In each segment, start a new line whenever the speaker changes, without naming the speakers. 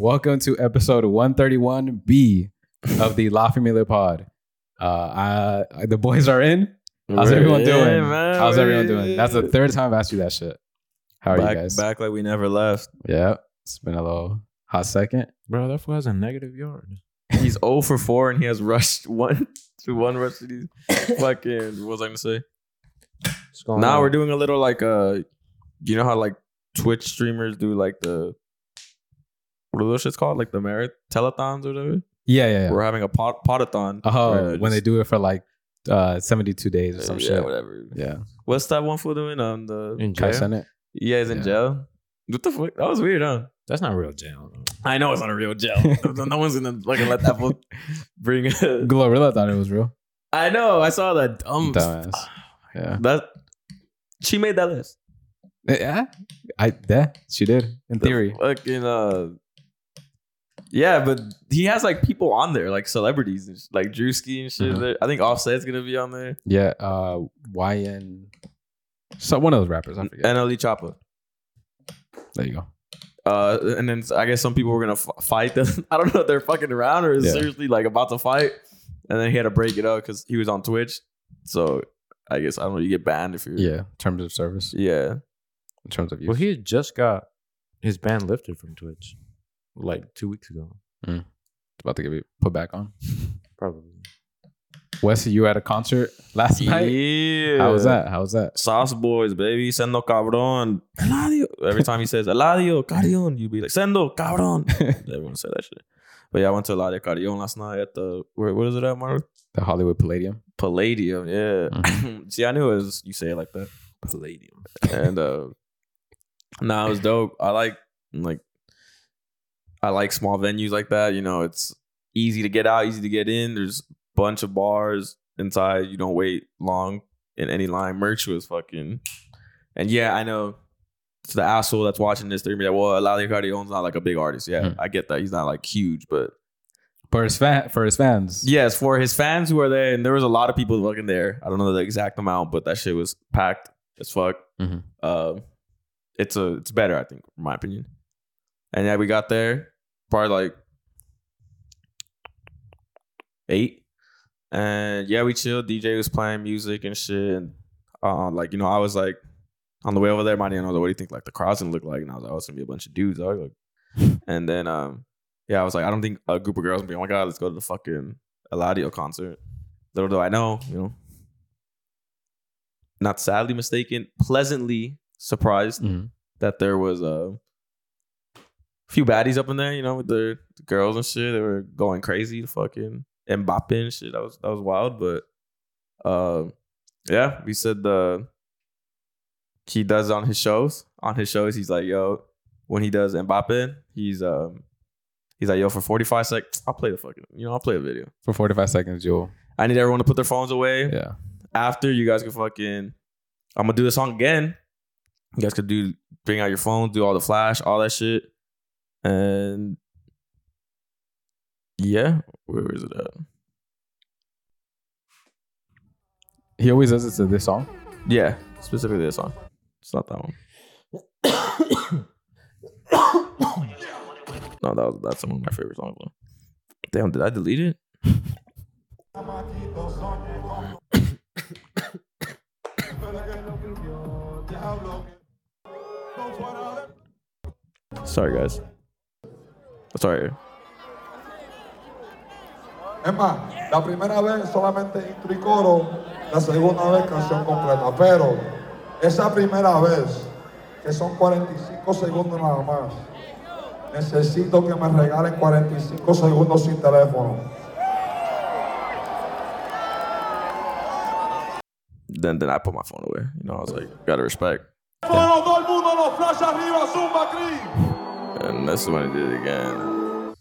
Welcome to episode 131B of the La Familia Pod. Uh, I, the boys are in. How's everyone
Yeah,
doing?
man,
How's
we're
everyone doing? That's the
in.
third time I've asked you that shit. How are
back,
you guys?
Back like we never left.
Yeah, it's been a little hot second.
Bro, that fool has a negative yard.
He's 0 for 4 and he has rushed one to one rush to these fucking. What was I going to say?
What's going
Now
on?
we're doing a little like uh you know how like Twitch streamers do like the what are those shits called? Like the marath telethons or whatever?
Yeah, yeah, yeah.
We're having a pot potathon.
Oh,
where
when they
just-
do it for like uh, 72 days or
uh,
some
yeah,
shit.
whatever.
Yeah.
What's that one fool doing on the
in
Kai
jail.
Senate.
Yeah, he's in
Yeah.
jail. What the fuck? That was weird, huh?
That's not real jail. though.
I know it's not a real jail. no one's gonna fucking let that fool bring a
Glorilla thought it was real.
I know. I saw that dumb.
Dumbass. Yeah.
That she made that list.
Yeah. ah, I yeah, she did. In
The
theory.
Fucking uh. Yeah, but he has like people on there, like celebrities, and sh- like Drewski and shit.
Mhm.
There. I think Offset's gonna be on there.
Yeah. Uh YN so one of those rappers, I forget.
NLE Choppa.
There you go.
Uh, and then I guess some people were gonna f- fight them. I don't know if they're fucking around or
Yeah.
seriously like about to fight. And then he had to break it up because he was on Twitch. So I guess I don't know. You get banned if you're.
Yeah. Terms of service.
Yeah.
In terms of use.
Well, he had just got his ban lifted from Twitch like two weeks ago,
It's about to get put back on.
probably.
Wes, you at a concert last night?
Yeah.
How was that? How was that?
Sauce Boys, baby. Sendo cabrón. Eladio. Every time he says Eladio, Carrion, you be like, Sendo cabrón. Everyone said that shit. But yeah, I went to Eladio Carrion last night at the, where, what is it at, Mark?
The Hollywood Palladium.
Palladium, yeah. See, I knew it was, you say it like that.
Palladium.
And, uh, nah, it was dope. I like, like, I like small venues like that. You know, it's easy to get out, easy to get in. There's a bunch of bars inside. You don't wait long in any line. Merch was fucking. And yeah, I know to the asshole that's watching this, they're gonna be like, well, Eladio Cardione's not like a big artist. Yeah,
Hmm.
I get that. He's not like huge, but
For his fan for his fans.
yes, for his fans who are there, and there was a lot of people fucking there. I don't know the exact amount, but that shit was packed as fuck.
Mhm.
Uh, it's a it's better, I think, in my opinion. And yeah, we got there probably like eight, and yeah, we chilled. DJ was playing music and shit, and uh, like you know, I was like on the way over there, my dad was like, "What do you think like the crowd's gonna look like?" And I was like, "Oh, it's gonna be a bunch of dudes." I was like, and then um, yeah, I was like, I don't think a group of girls would be. Oh my god, let's go to the fucking Eladio concert. Little do I know, you know, not sadly mistaken, pleasantly surprised
Mhm.
that there was a few baddies up in there, you know, with the, the girls and shit. They were going crazy, fucking and bopping and shit. That was that was wild, but um, yeah, we said the he does on his shows. On his shows, he's like, yo, when he does Mbappe, he's um he's like, yo, for 45 seconds, I'll play the fucking, you know, I'll play a video.
For 45 seconds, Jewel.
I need everyone to put their phones away.
Yeah.
After you guys can fucking I'm gonna do the song again. You guys could do bring out your phone, do all the flash, all that shit. And yeah, where is it at?
He always does it to this song.
Yeah, specifically this song. It's not that one. no, that was that's one of my favorite songs though. Damn, did I delete it? Sorry guys. Sorry.
Es más, la primera vez solamente intro y coro, la segunda vez canción completa. Pero esa primera vez, que son 45 segundos nada más, necesito que me regalen 45 segundos sin teléfono.
Then then I put my phone away. You know, I was like, gotta respect.
Todo, todo el mundo los flash arriba, zumba, Cris.
And that's when I did it again.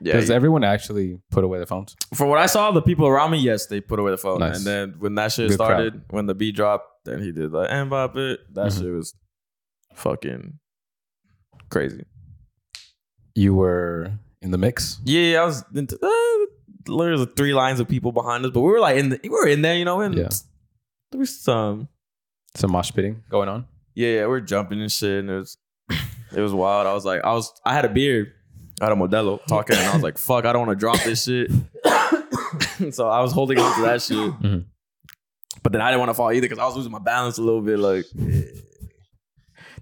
Yeah.
Does everyone actually put away their phones?
from what I saw, the people around me, yes, they put away the phone.
Nice.
And then when that shit
Good
started, when the beat dropped, then he did like and bop it. That
Mhm.
shit was fucking crazy.
You were in the mix.
Yeah, I was into uh, there was three lines of people behind us, but we were like in the, we were in there, you know, and
Yeah.
there was some
Some mosh pitting going on.
yeah, yeah, we were jumping and shit, and it was it was wild. I was like, I was I had a beard. out of Modelo talking, and I was like, "Fuck, I don't want to drop this shit." so I was holding on to that shit,
Mhm.
but then I didn't want to fall either because I was losing my balance a little bit. Like,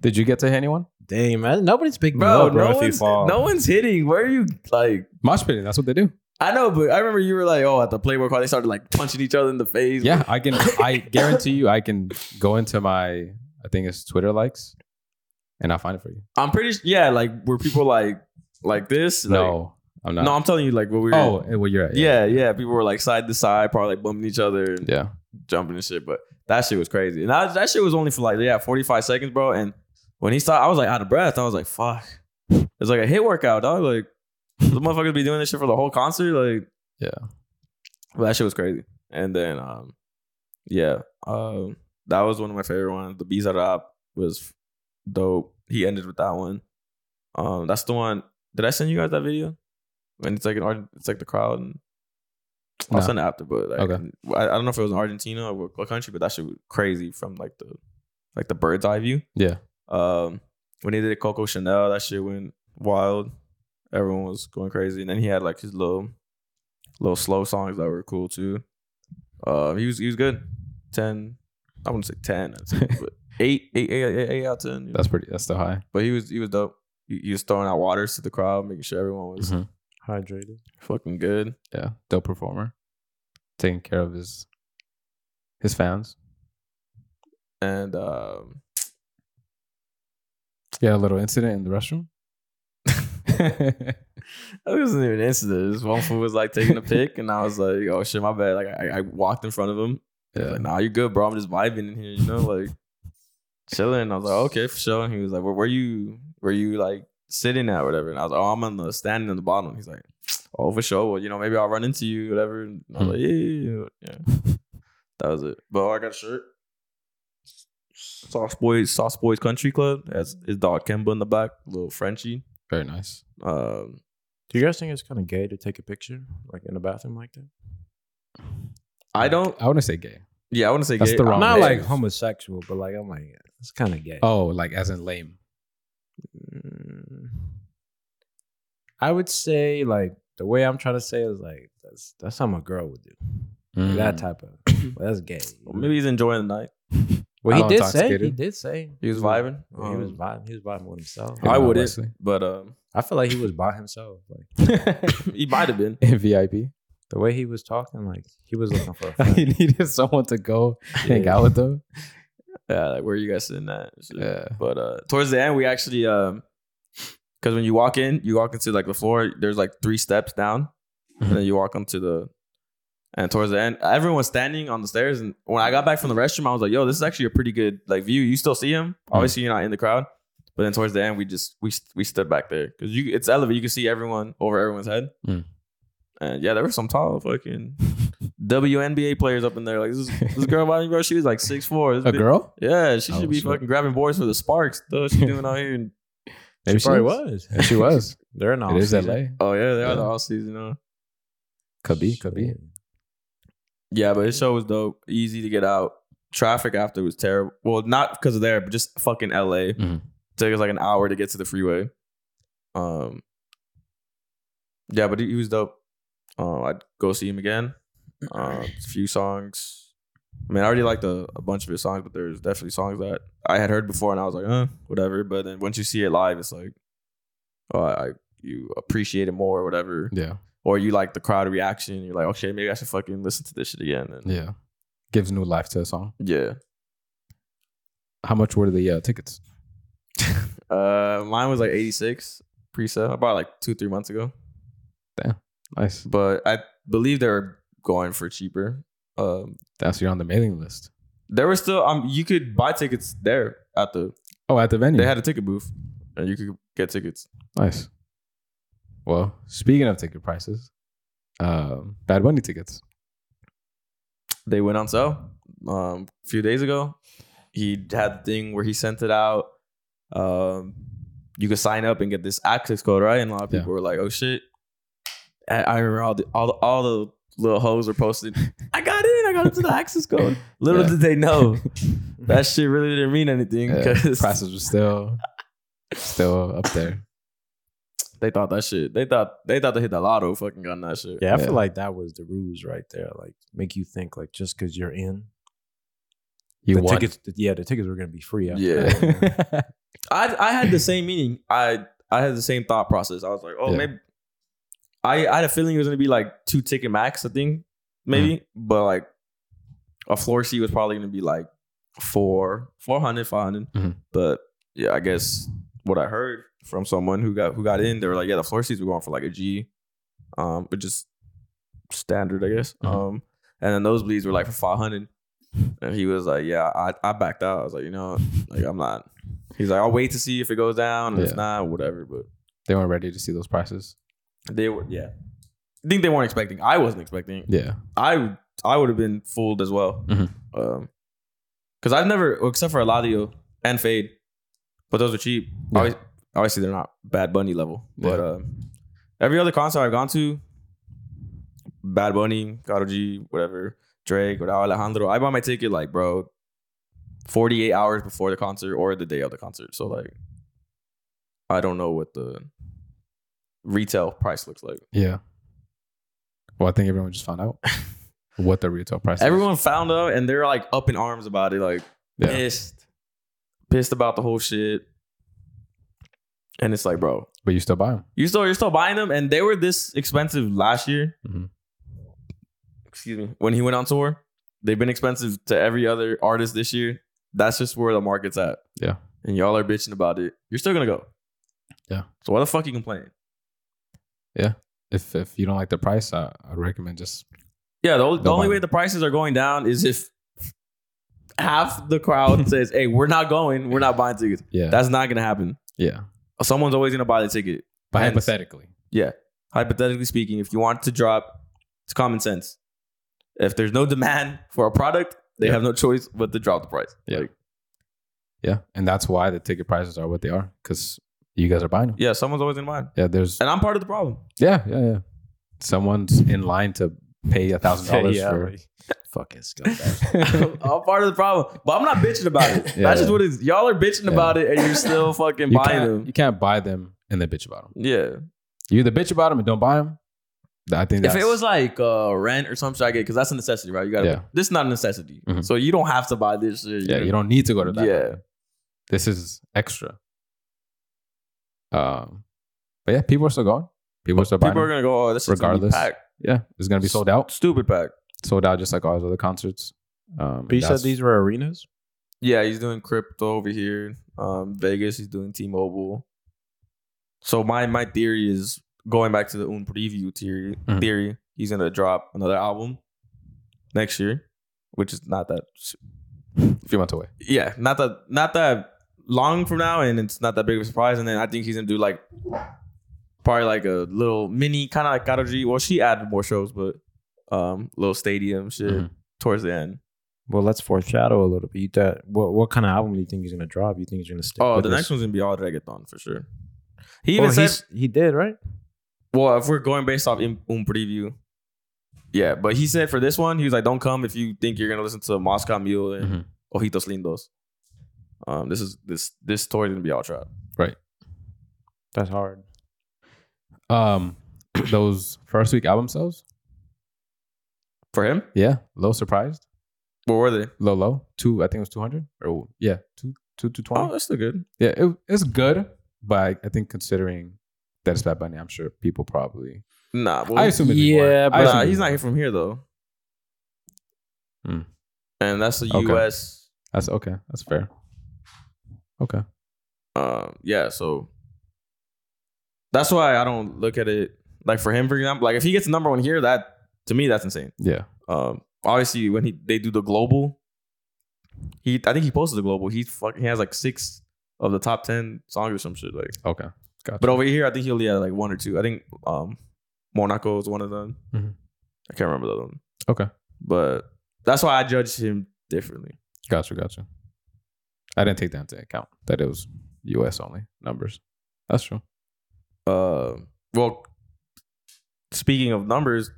Did you get to hit anyone?
Dang, man. Nobody's big
bro,
bro
no
if you
one's
fall.
no one's hitting. Where are you? Like,
Mosh pitting. That's what they do.
I know, but I remember you were like, "Oh, at the Playboy car, they started like punching each other in the face."
Yeah, I can. I guarantee you, I can go into my. I think it's Twitter likes, and I'll find it for you.
I'm pretty. s- Yeah, like were people like like this? Like-
no, I'm not.
no, I'm telling you, like what we were.
oh, and where you're at?
yeah, yeah. People were like side to side, probably like bumping each other. and
yeah.
jumping and shit. But that shit was crazy. And I, that shit was only for like yeah, forty five seconds, bro. And when he started, I was like out of breath. I was like, fuck. It's like a hit workout, dog. Like the motherfuckers be doing this shit for the whole concert. Like
Yeah.
but that shit was crazy. And then um, yeah, um, that was one of my favorite ones. The Bees Are Up was dope. He ended with that one. Um, that's the one. Did I send you guys that video? And it's like an art. It's like the crowd. And I'll
No.
send it after, but like,
Okay.
I, I don't know if it was in Argentina or what- what country, but that shit was crazy from like the like the bird's eye view.
Yeah.
Um, when he did Coco Chanel, that shit went wild. Everyone was going crazy, and then he had like his little little slow songs that were cool too. Um, he was he was good. Ten, I wouldn't say ten, I'd say, but eight, eight, eight, eight, eight out of ten. you know?
That's pretty. That's still high.
But he was he was dope. He, he was throwing out waters to the crowd, making sure everyone was
Mhm.
Hydrated.
fucking good.
Yeah, dope performer, taking care of his his fans.
And um,
Yeah, a little incident in the restroom.
It wasn't even an incident. This one fool was like taking a pic, and I was like, "Oh shit, my bad." Like I, I walked in front of him. He was
yeah.
like, "Nah, you good, bro. I'm just vibing in here, you know, like chilling." And I was like, "Okay, for sure." And he was like, "Where were you? Were you like sitting at, or whatever?" And I was like, "Oh, I'm on the standing on the bottom." He's like, "Oh, for sure. Well, you know, maybe I'll run into you, whatever." And I was
Hmm.
like, "Yeah, yeah, yeah, yeah." yeah." That was it. But I got a shirt. Sauce Boys, Sauce Boys Country Club. That's his dog Kemba in the back, little Frenchie.
Very nice.
Um,
Do you guys think it's kind of gay to take a picture like in a bathroom like that?
I don't.
I wouldn't say gay.
Yeah, I want to say
That's
gay.
the wrong
Not
way.
like homosexual, but like I'm like it's kind of gay.
Oh, like as in lame.
Mm. I would say like the way I'm trying to say it is like that's that's something a girl would do.
Mm.
Like, That type of well, that's gay.
Mm. Well, maybe he's enjoying the night.
well,
I'm
he did say he
intoxicated.
did say
He was vibing.
he was
Um,
vibing. He was vibing with himself.
Yeah,
I wouldn't,
Wesley.
but um,
I feel like he was by himself. Like
he might have been.
in VIP.
the way he was talking, like he was looking for a
he
friend.
needed someone to go hang out with them.
Yeah, like where you guys sitting at? and shit.
Yeah.
But uh, towards the end, we actually um, because when you walk in, you walk into like the floor. There's like three steps down,
Mm-hmm.
and then you walk onto the. And towards the end, everyone's standing on the stairs. And when I got back from the restroom, I was like, "Yo, this is actually a pretty good like view. You still see him?
Mm-hmm.
Obviously, you're not in the crowd." But then towards the end, we just we st- we stood back there because you it's elevated. You can see everyone over everyone's head.
Mm.
And yeah, there were some tall fucking WNBA players up in there. Like this this girl, by me, bro, she was like six four.
A girl?
Yeah, she
Oh,
should be
shit.
fucking grabbing boys for the sparks. Though she doing out here. And,
Maybe
she probably
is.
was.
Yeah, she was.
They're not.
it is LA.
oh yeah, they
Yeah.
are the all season. Huh?
Could be. Could be.
Yeah, but his show was dope. Easy to get out. Traffic after was terrible. Well, not because of there, but just fucking LA.
Mhm.
Took us like an hour to get to the freeway. Um. Yeah, but he, he was dope. Um, I'd go see him again. Uh, a few songs. I mean, I already liked a, a bunch of his songs, but there's definitely songs that I had heard before, and I was like, uh, whatever. But then once you see it live, it's like, oh, I, I you appreciate it more, or whatever.
Yeah.
Or you like the crowd reaction. You're like, okay, maybe I should fucking listen to this shit again. And
Yeah. Gives new life to a song.
Yeah.
How much were the uh, tickets?
Uh, mine was like 86 pre-sale. I bought it like two, three months ago,
Nice.
but I believe they were going for cheaper. Um,
That's you're on the mailing list.
there were still um, you could buy tickets there at the.
Oh, at the venue.
They had a ticket booth, and you could get tickets.
nice. Well, speaking of ticket prices, um, Bad Bunny tickets.
They went on sale um a few days ago. He had the thing where he sent it out. Um, you could sign up and get this access code, right? And a lot of
Yeah.
people were like, "Oh shit!" I, I remember all the all the, all the little hoes were posting. I got in. I got into the access code. Little
Yeah.
did they know that shit really didn't mean anything
Yeah,
because
prices were still still up there.
They thought that shit. They thought they thought they hit the lotto fucking gun that shit.
Yeah, I
Yeah.
feel like that was the ruse right there. Like make you think like just because you're in
You
the
won.
tickets. Yeah, the tickets were gonna be free. after
Yeah.
that.
I I had the same meaning. I I had the same thought process. I was like, oh,
Yeah.
maybe I I had a feeling it was gonna be like two ticket max, I think, maybe. But like a floor seat was probably gonna be like four, 400, 500.
Mhm.
But yeah, I guess what I heard from someone who got who got in, they were like, yeah, the floor seats were going for like a G. Um, but just standard, I guess.
Mhm.
Um, and then those bleeds were like for five hundred. And he was like, "Yeah, I, I backed out." I was like, "You know, like I'm not." He's like, "I'll wait to see if it goes down, and
Yeah.
if not, whatever." But
they weren't ready to see those prices.
they were, yeah. I think they weren't expecting. I wasn't expecting.
Yeah.
I I would have been fooled as well.
Mhm.
Um, because I've never, well, except for Eladio and Fade, but those are cheap.
Yeah.
Obvi- Obviously, they're not Bad Bunny level, but
Yeah.
um, every other concert I've gone to, Bad Bunny, Karol G, whatever, Drake, or Alejandro, I bought my ticket like bro, forty eight hours before the concert or the day of the concert. So like, I don't know what the retail price looks like.
Yeah. Well, I think everyone just found out what the retail price is.
Everyone found out and they're like up in arms about it, like
Yeah.
pissed, pissed about the whole shit. And it's like, bro,
But you still buy them.
you still you're still buying them, and they were this expensive last year.
Mhm.
Excuse me, when he went on tour, they've been expensive to every other artist this year. That's just where the market's at.
Yeah.
and y'all are bitching about it. You're still gonna go.
Yeah.
So why the fuck you complaining?
If if you don't like the price, I, I'd recommend just
Yeah, the, only- the
Don't
only
buy
way
them.
the prices are going down is if half the crowd says, "Hey, we're not going. We're not buying tickets."
yeah
That's not gonna happen.
yeah.
Someone's always gonna buy the ticket.
But
Hence-
hypothetically,
Hypothetically speaking, if you want it to drop, it's common sense. If there's no demand for a product, they
Yeah.
have no choice but to drop the price.
Yeah.
Like,
yeah, and that's why the ticket prices are what they are because you guys are buying them.
yeah, someone's always in line,
Yeah, there's
and I'm part of the problem.
yeah yeah yeah. Someone's in line to pay a thousand dollars
yeah,
for.
like, fucking scumbag.
I'm I'm part of the problem, but I'm not bitching about it.
Yeah.
That's just what it is. Y'all are bitching
Yeah.
about it, and you're still fucking
You
buying
can't,
them.
you can't buy them and then bitch about them.
Yeah.
You either bitch about them and don't buy them. I think
If
that's,
it was like uh, rent or some shit, I get because that's a necessity, right? You gotta.
Yeah.
This is not a necessity,
Mhm.
so you don't have to buy this shit.
yeah, you don't need to go to that.
Yeah.
level. this is extra. Um, but yeah, people are still going. People are still buying.
People are
them.
gonna go. Oh, this is
Regardless.
regardless. Packed.
yeah, it's gonna be sold out.
Stupid pack.
Sold out just like all his other concerts. Um,
but you said
that's-
these were arenas.
Yeah, he's doing crypto over here. Um, Vegas, he's doing T-Mobile. So my my theory is going back to the Un Preview theory.
Mhm.
Theory, he's gonna drop another album next year, which is not that.
a few months away.
Yeah, not that not that long from now, and it's not that big of a surprise. And then I think he's gonna do like probably like a little mini kind of like Karol G. Well, she added more shows, but um, little stadium shit
Mm-hmm.
Mhm.
towards the end.
Well, let's foreshadow a little bit. You thought, what what kind of album do you think he's gonna drop? You think he's gonna stick?
Oh,
with
the
this?
next one's gonna be all reggaeton for sure. He
Well,
even said,
he's- he did right.
well, if we're going based off in, un preview, yeah. But he said for this one, he was like, "Don't come if you think you're gonna listen to Moscow Mule and
Mhm.
Mm-hmm.
Ojitos Lindos." Um, this is this this tour is gonna be all trap.
That's hard.
Um, those first week album sales.
For him,
Yeah, low surprised,
what were they?
low low two. I think it was two hundred or yeah, two two to twenty.
Oh, that's still good.
Yeah, it, it's good, but I, I think considering that it's Bad Bunny, I'm sure people probably.
Nah, well,
I assume it'd be more.
yeah,
I
but-
nah,
assume it'd
he's
be
not
more.
here from here though.
Hmm.
And that's the
Okay.
U.S.
That's okay. That's fair. Okay.
um yeah so that's why i don't look at it like for him for example like if he gets number one here that to me that's insane
Yeah.
um obviously when he they do the global he i think he posted the global he's fucking he has like six of the top 10 songs or some shit like
Okay. Gotcha.
but over here i think he only had like one or two i think um monaco is one of them
Mhm.
i can't remember the other one
Okay.
but that's why i judge him differently
Gotcha, gotcha. I didn't take that into account that it was U.S. only numbers. That's true.
uh, well, speaking of numbers,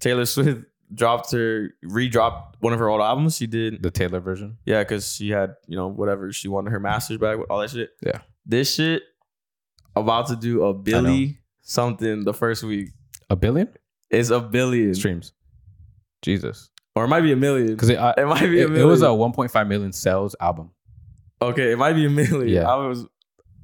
Taylor Swift dropped her, redropped one of her old albums. She did,
The Taylor version.
yeah, because she had, you know, whatever she wanted her master's back, all that shit.
Yeah.
This shit about to do a Billy something the first week.
A billion
It's a billion.
streams. Jesus.
Or it might be a million.
Because it, I-
It might be a
it,
million.
it was a 1.5 million sales album.
Okay, it might be a million.
Yeah.
I was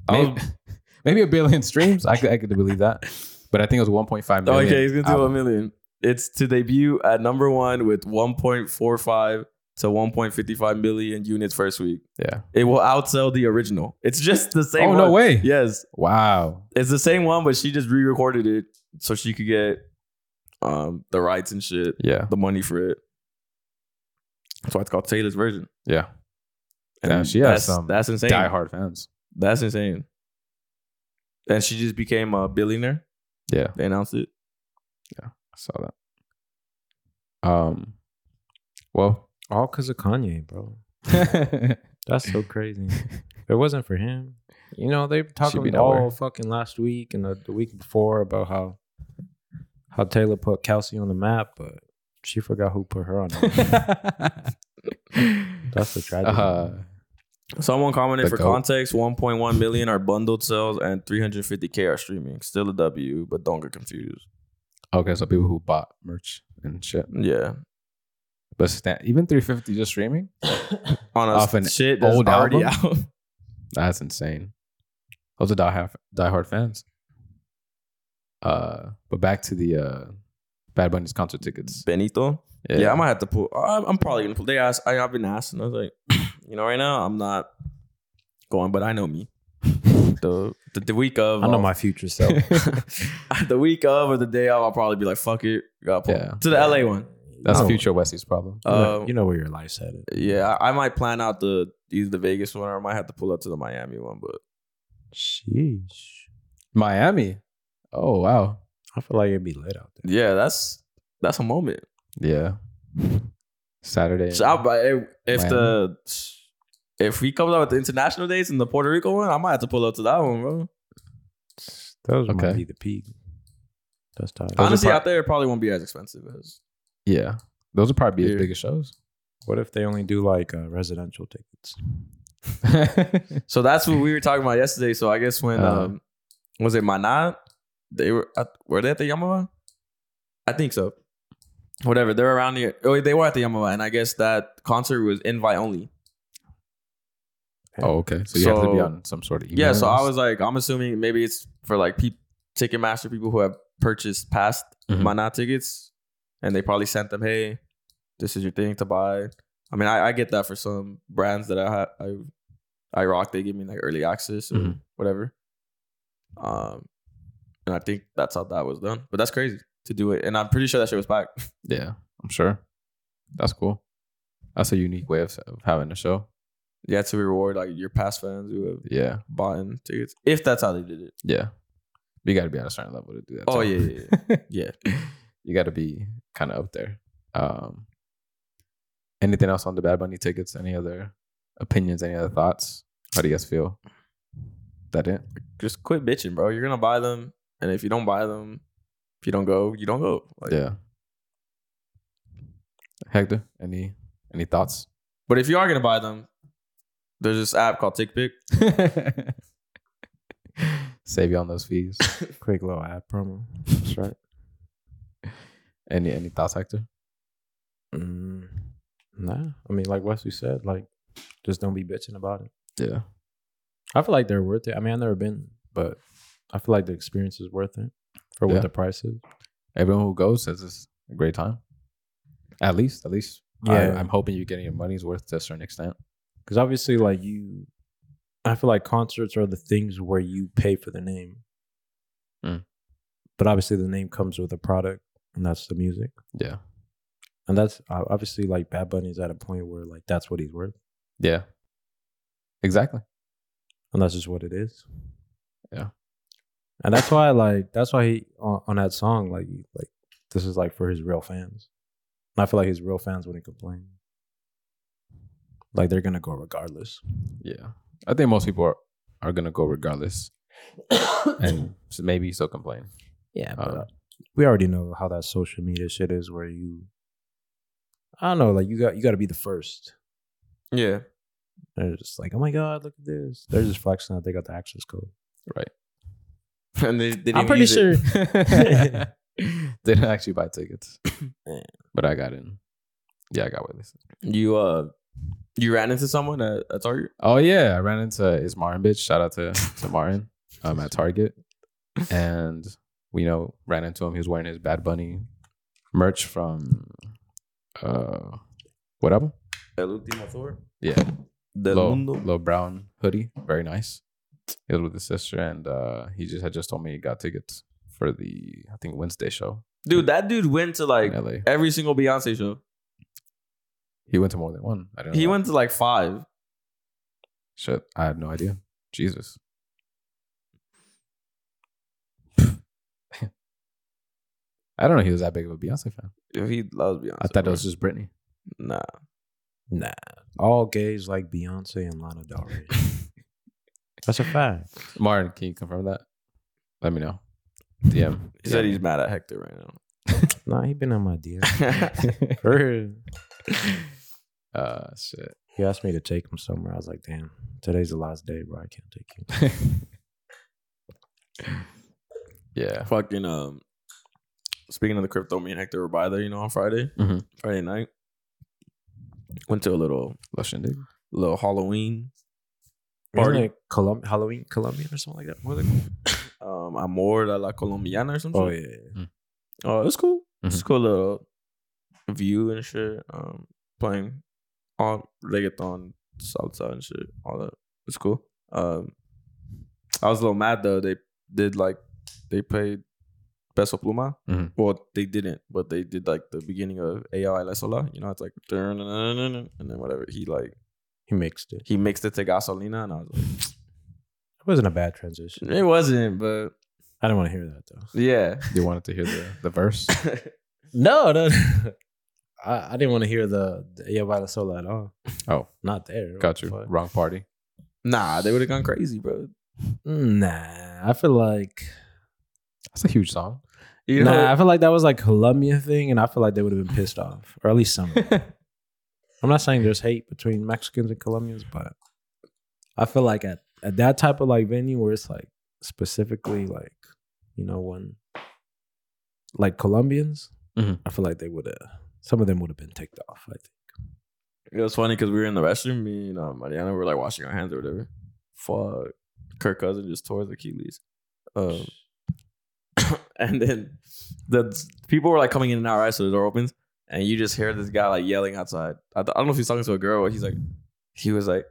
I
Maybe,
was
maybe a billion streams. I could, I could believe that. But I think it was 1.5 million.
Okay, Oh, he's gonna do
album.
a million. It's to debut at number one with 1.45 to 1.55 million units first week.
Yeah.
It will outsell the original. It's just the same.
Oh,
one.
no way.
Yes,
Wow.
it's the same one, but she just re-recorded it so she could get um the rights and shit,
Yeah.
the money for it. That's why it's called Taylor's version.
Yeah.
And
Damn, she
that's,
has some
that's insane.
Diehard fans.
That's insane. And she just became a billionaire.
Yeah.
They announced it.
I saw that. Um, well,
All because of Kanye, bro.
yeah,
That's so crazy. if it wasn't for him, you know, they were
be
talking
nowhere.
all fucking last week and the, the week before about how how Taylor put Kelsey on the map, but she forgot who put her on. The map. That's the tragedy.
uh,
Someone commented
The
for
goat.
context 1.1 million are bundled sales and 350K are streaming. Still a W, but don't get confused.
okay, so people who bought merch and shit,
Yeah.
but sta- even 350 just streaming,
On a
Off an
shit that's
old
already out.
that's insane. Those are diehard diehard fans. Uh, but back to the uh, Bad Bunny's concert tickets.
Benito. Yeah. I might have to pull. I'm, I'm probably gonna pull. They asked. I, I've been asked, and I was like, you know, right now I'm not going, but I know me. the, the the week of,
I know
I'll-
my future self.
the week of or the day of, I'll probably be like, fuck it, gotta pull.
Yeah.
to the LA one.
that's
No.
future Wesley's problem.
You know-
Um,
you know where your life's headed.
Yeah, I, I might plan out the either the Vegas one or I might have to pull up to the Miami one, but
Sheesh.
Miami. Oh wow.
I feel like it'd be lit out there.
yeah, that's that's a moment.
Yeah. Saturday.
So I- but if if the if we come up with the international dates and the Puerto Rico one, I might have to pull up to that one, bro.
Those
Okay.
might be the peak. That's tight.
Those are
Honestly,
prob-
out there it probably won't be as expensive as
yeah, those would probably be
Yeah.
his biggest shows.
What if they only do like uh, residential tickets?
So that's what we were talking about yesterday. So I guess when
Uh-huh.
um, was it Mana? They were at, were they at the Yamava? I think so. Whatever, they're around here. Oh, they were at the Yamava, and I guess that concert was invite only.
Oh, okay. So you have to be
So-
on some sort of email.
Yeah, so I
list.
was like, I'm assuming maybe it's for like peop Ticketmaster people who have purchased past
Mhm.
Mana tickets, and they probably sent them, hey, this is your thing to buy. I mean, I, I get that for some brands that I ha- I I rock. They give me like early access or
Mhm.
whatever. Um, and I think that's how that was done. But that's crazy to do it, and I'm pretty sure that shit was packed.
Yeah, I'm sure. That's cool. That's a unique way of, of having a show.
you had to reward like your past fans who have
Yeah,
bought in tickets, if that's how they did it.
yeah. But you got to be at a certain level to do that.
Oh
too.
yeah, yeah, yeah. yeah.
you got to be kind of up there. Um, anything else on the Bad Bunny tickets? Any other opinions? Any other thoughts? How do you guys feel? That it?
just quit bitching, bro. You're gonna buy them, and if you don't buy them, if you don't go, you don't go. Like,
yeah. Hector, any any thoughts?
But if you are gonna buy them, there's this app called TickPick.
Save you on those fees.
Quick little ad promo. That's right.
Any any thoughts, Hector?
Mm, nah, I mean, like Wesley said, like just don't be bitching about it.
Yeah.
I feel like they're worth it. I mean, I've never been, but I feel like the experience is worth it for
Yeah.
what the price is.
Everyone who goes says it's a great time. At least, at least. I, am hoping you're getting your money's worth to a certain extent.
because obviously, like you, I feel like concerts are the things where you pay for the name,
Mm.
but obviously the name comes with a product, and that's the music,
Yeah.
and that's uh, obviously like Bad Bunny's at a point where like that's what he's worth,
Yeah. Exactly.
and that's just what it is.
Yeah.
and that's why like that's why he on, on that song like he- like this is like for his real fans, and I feel like his real fans wouldn't complain. Like they're gonna go regardless.
Yeah. I think most people are, are gonna go regardless. and so maybe still complain.
Yeah,
but, uh,
we already know how that social media shit is, where you, I don't know, like you got you got to be the first.
Yeah,
They're just like, oh my god, look at this. They're just flexing that they got the access code.
Right.
And they, they
I'm
didn't
pretty
use
sure.
it.
Didn't actually buy tickets, but I got in. Yeah, I got with this.
you uh you ran into someone at, at Target.
Oh yeah, I ran into is Martin bitch. Shout out to to Martin um, at Target, and we you know ran into him. He was wearing his Bad Bunny merch from uh what album?
El último Thor.
Yeah,
Del
low,
mundo.
low brown hoodie, very nice. He was with his sister, and uh he just had just told me he got tickets for the I think Wednesday show
Dude, that dude went to like
in LA.
every single Beyonce show.
He went to more than one. I don't. Know
He
that.
went to like five.
Shit, I have no idea. Jesus. I don't know. He was that big of a Beyonce fan.
Yo, He loves Beyonce.
I thought it
bro.
was just Britney.
nah.
Nah. All gays like Beyonce and Lana Del Rey. That's a fact.
Martin, can you confirm that? Let me know. DM.
He said he's mad at Hector right now.
Nah, he been on my DM. For real.
uh, shit.
He asked me to take him somewhere. I was like, damn, today's the last day, bro. I can't take you.
Yeah.
Fucking um. Speaking of the crypto, me and Hector were by there, you know, on Friday,
Mhm.
Friday night. Went to a little
Little shindig.
little Halloween
Isn't
Party.
it Colum- Halloween Colombian or something like that? What was it
um Amor de la Colombiana or something.
called? Oh, yeah.
Oh, it's cool. It's
Mhm.
cool little view and shit. Um, playing on reggaeton, salsa and shit. All that. It's cool. Um, I was a little mad though. They did like they played Peso Pluma.
Mhm.
Well, they didn't, but they did like the beginning of AI La Sola. You know, it's like and then whatever. He like
He mixed it.
he mixed it to Gasolina, and I was like,
It wasn't a bad transition.
it wasn't, but
I didn't want to hear that, though.
yeah.
You wanted to hear the, the verse?
No, no. I, I didn't want to hear the, the Ella Baila Sola at all.
Oh.
Not there. What
Got
the
you.
fuck?
Wrong party.
nah, they would have gone crazy, bro.
Nah, I feel like
That's a huge song.
You know,
nah, I feel like that was like Colombian thing, and I feel like they would have been pissed off, or at least some. I'm not saying there's hate between Mexicans and Colombians, but I feel like at, at that type of like venue where it's like specifically like you know one like Colombians,
Mm-hmm.
Mhm.
I feel like they would have some of them would have been ticked off. I think.
It was funny because we were in the restroom. Me and uh, Mariana were like washing our hands or whatever. Fuck, Kirk cousin just tore his Achilles. Um, and then the people were like coming in and out, right? So the door opens, and you just hear this guy like yelling outside. I, th- I don't know if he's talking to a girl. But he's like, he was like,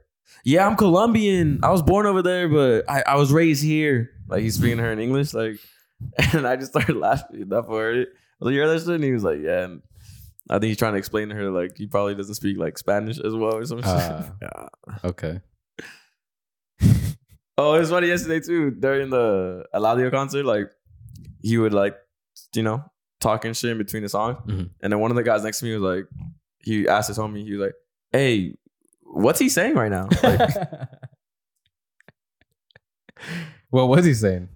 "Yeah, I'm Colombian. I was born over there, but I, I was raised here." Like he's speaking to her in English, like, and I just started laughing. Enough heard it. I was like, "You heard that shit?" And he was like, "Yeah." And I think he's trying to explain to her like he probably doesn't speak like Spanish as well or something.
Uh, okay.
Oh, it was funny yesterday too. During the Eladio concert, like he would like, you know, talking shit in between the song,
Mhm.
and then one of the guys next to me was like, he asked his homie, he was like, "Hey, what's he saying right now?" Like,
what was he saying?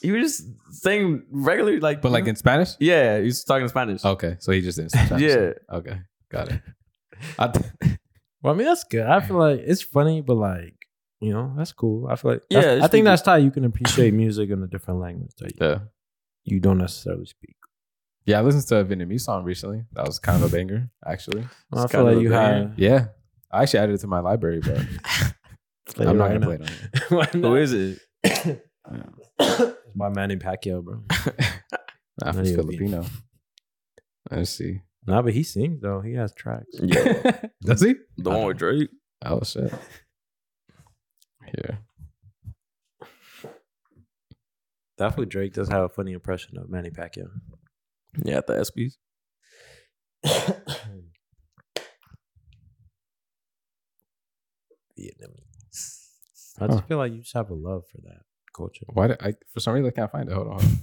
he was just saying regularly, like,
But like in Spanish?
yeah, he was talking Spanish.
Okay. So he just didn't say Spanish.
yeah,
Okay. Got it. I th-
Well, I mean that's good. I feel like it's funny, but like you know that's cool. I feel like that's-
Yeah, it's
I think
pretty-
that's how you can appreciate music in a different language that you,
yeah.
you don't necessarily speak.
Yeah, I listened to a Vietnamese song recently. That was kind of a banger, actually.
I
It's
feel
kind of
like
a
you
banger.
have.
Yeah. I actually added it to my library, but I'm not going to play it on here.
it.
who is it?
it's by Manny Pacquiao, bro.
Nah, if
Not
it's
even
Filipino. Let's see.
nah, but he sings though. He has tracks.
Yeah,
Does he?
the one with Drake.
Oh, shit. Here.
Definitely Drake does have a funny impression of Manny Pacquiao.
Yeah, at the ESPYS.
Vietnamese. I just
Huh.
feel like you just have a love for that culture.
Why did I, for some reason, I can't find it. Hold on. hold on.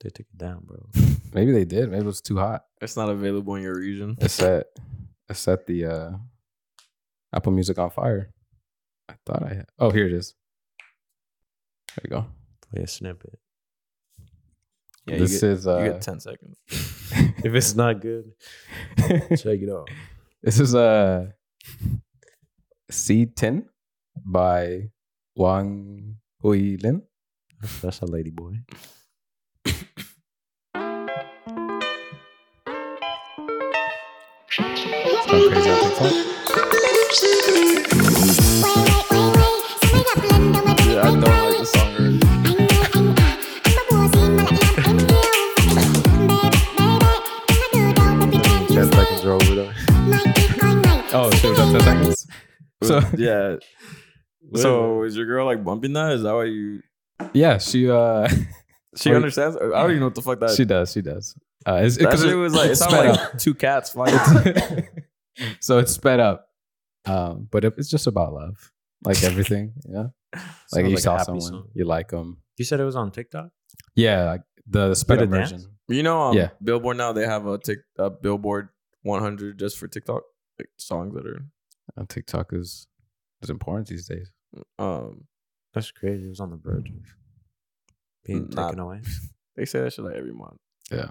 They took it down, bro.
Maybe they did. Maybe it was too hot.
It's not available in your region.
It set, it set the uh, Apple Music on fire. I thought I had. Oh, here it is. There you go.
Play a snippet.
Yeah,
this
you, get,
is uh,
you get ten seconds.
If it's not good, check it out.
This is a C10 by Wang Hui Lin.
That's a lady boy.
Sound crazy on TikTok?
Yeah, I don't like the song already.
Ten seconds are over though. Oh, shit, we got ten seconds. So
yeah. So is your girl like bumping that? Is that why you?
yeah, she uh
She
Wait.
understands. I don't even know what the fuck that.
she does, she does. Uh, it's,
that
because
shit was like it sounded like two cats flying.
so it's sped up, um, but it- it's just about love, like everything. Yeah, like
Sounds
you
like a
saw
happy
someone,
song.
you like them.
You said it was on TikTok?
Yeah, like the, the sped
Did
up
it dance?
version.
you know, um,
Yeah.
Billboard now they have a tick a Billboard 100 just for TikTok like, songs that are
on TikTok is is important these days.
um.
That's crazy. It was on the verge of being
Nah.
taken away.
They say that shit like every month.
Yeah.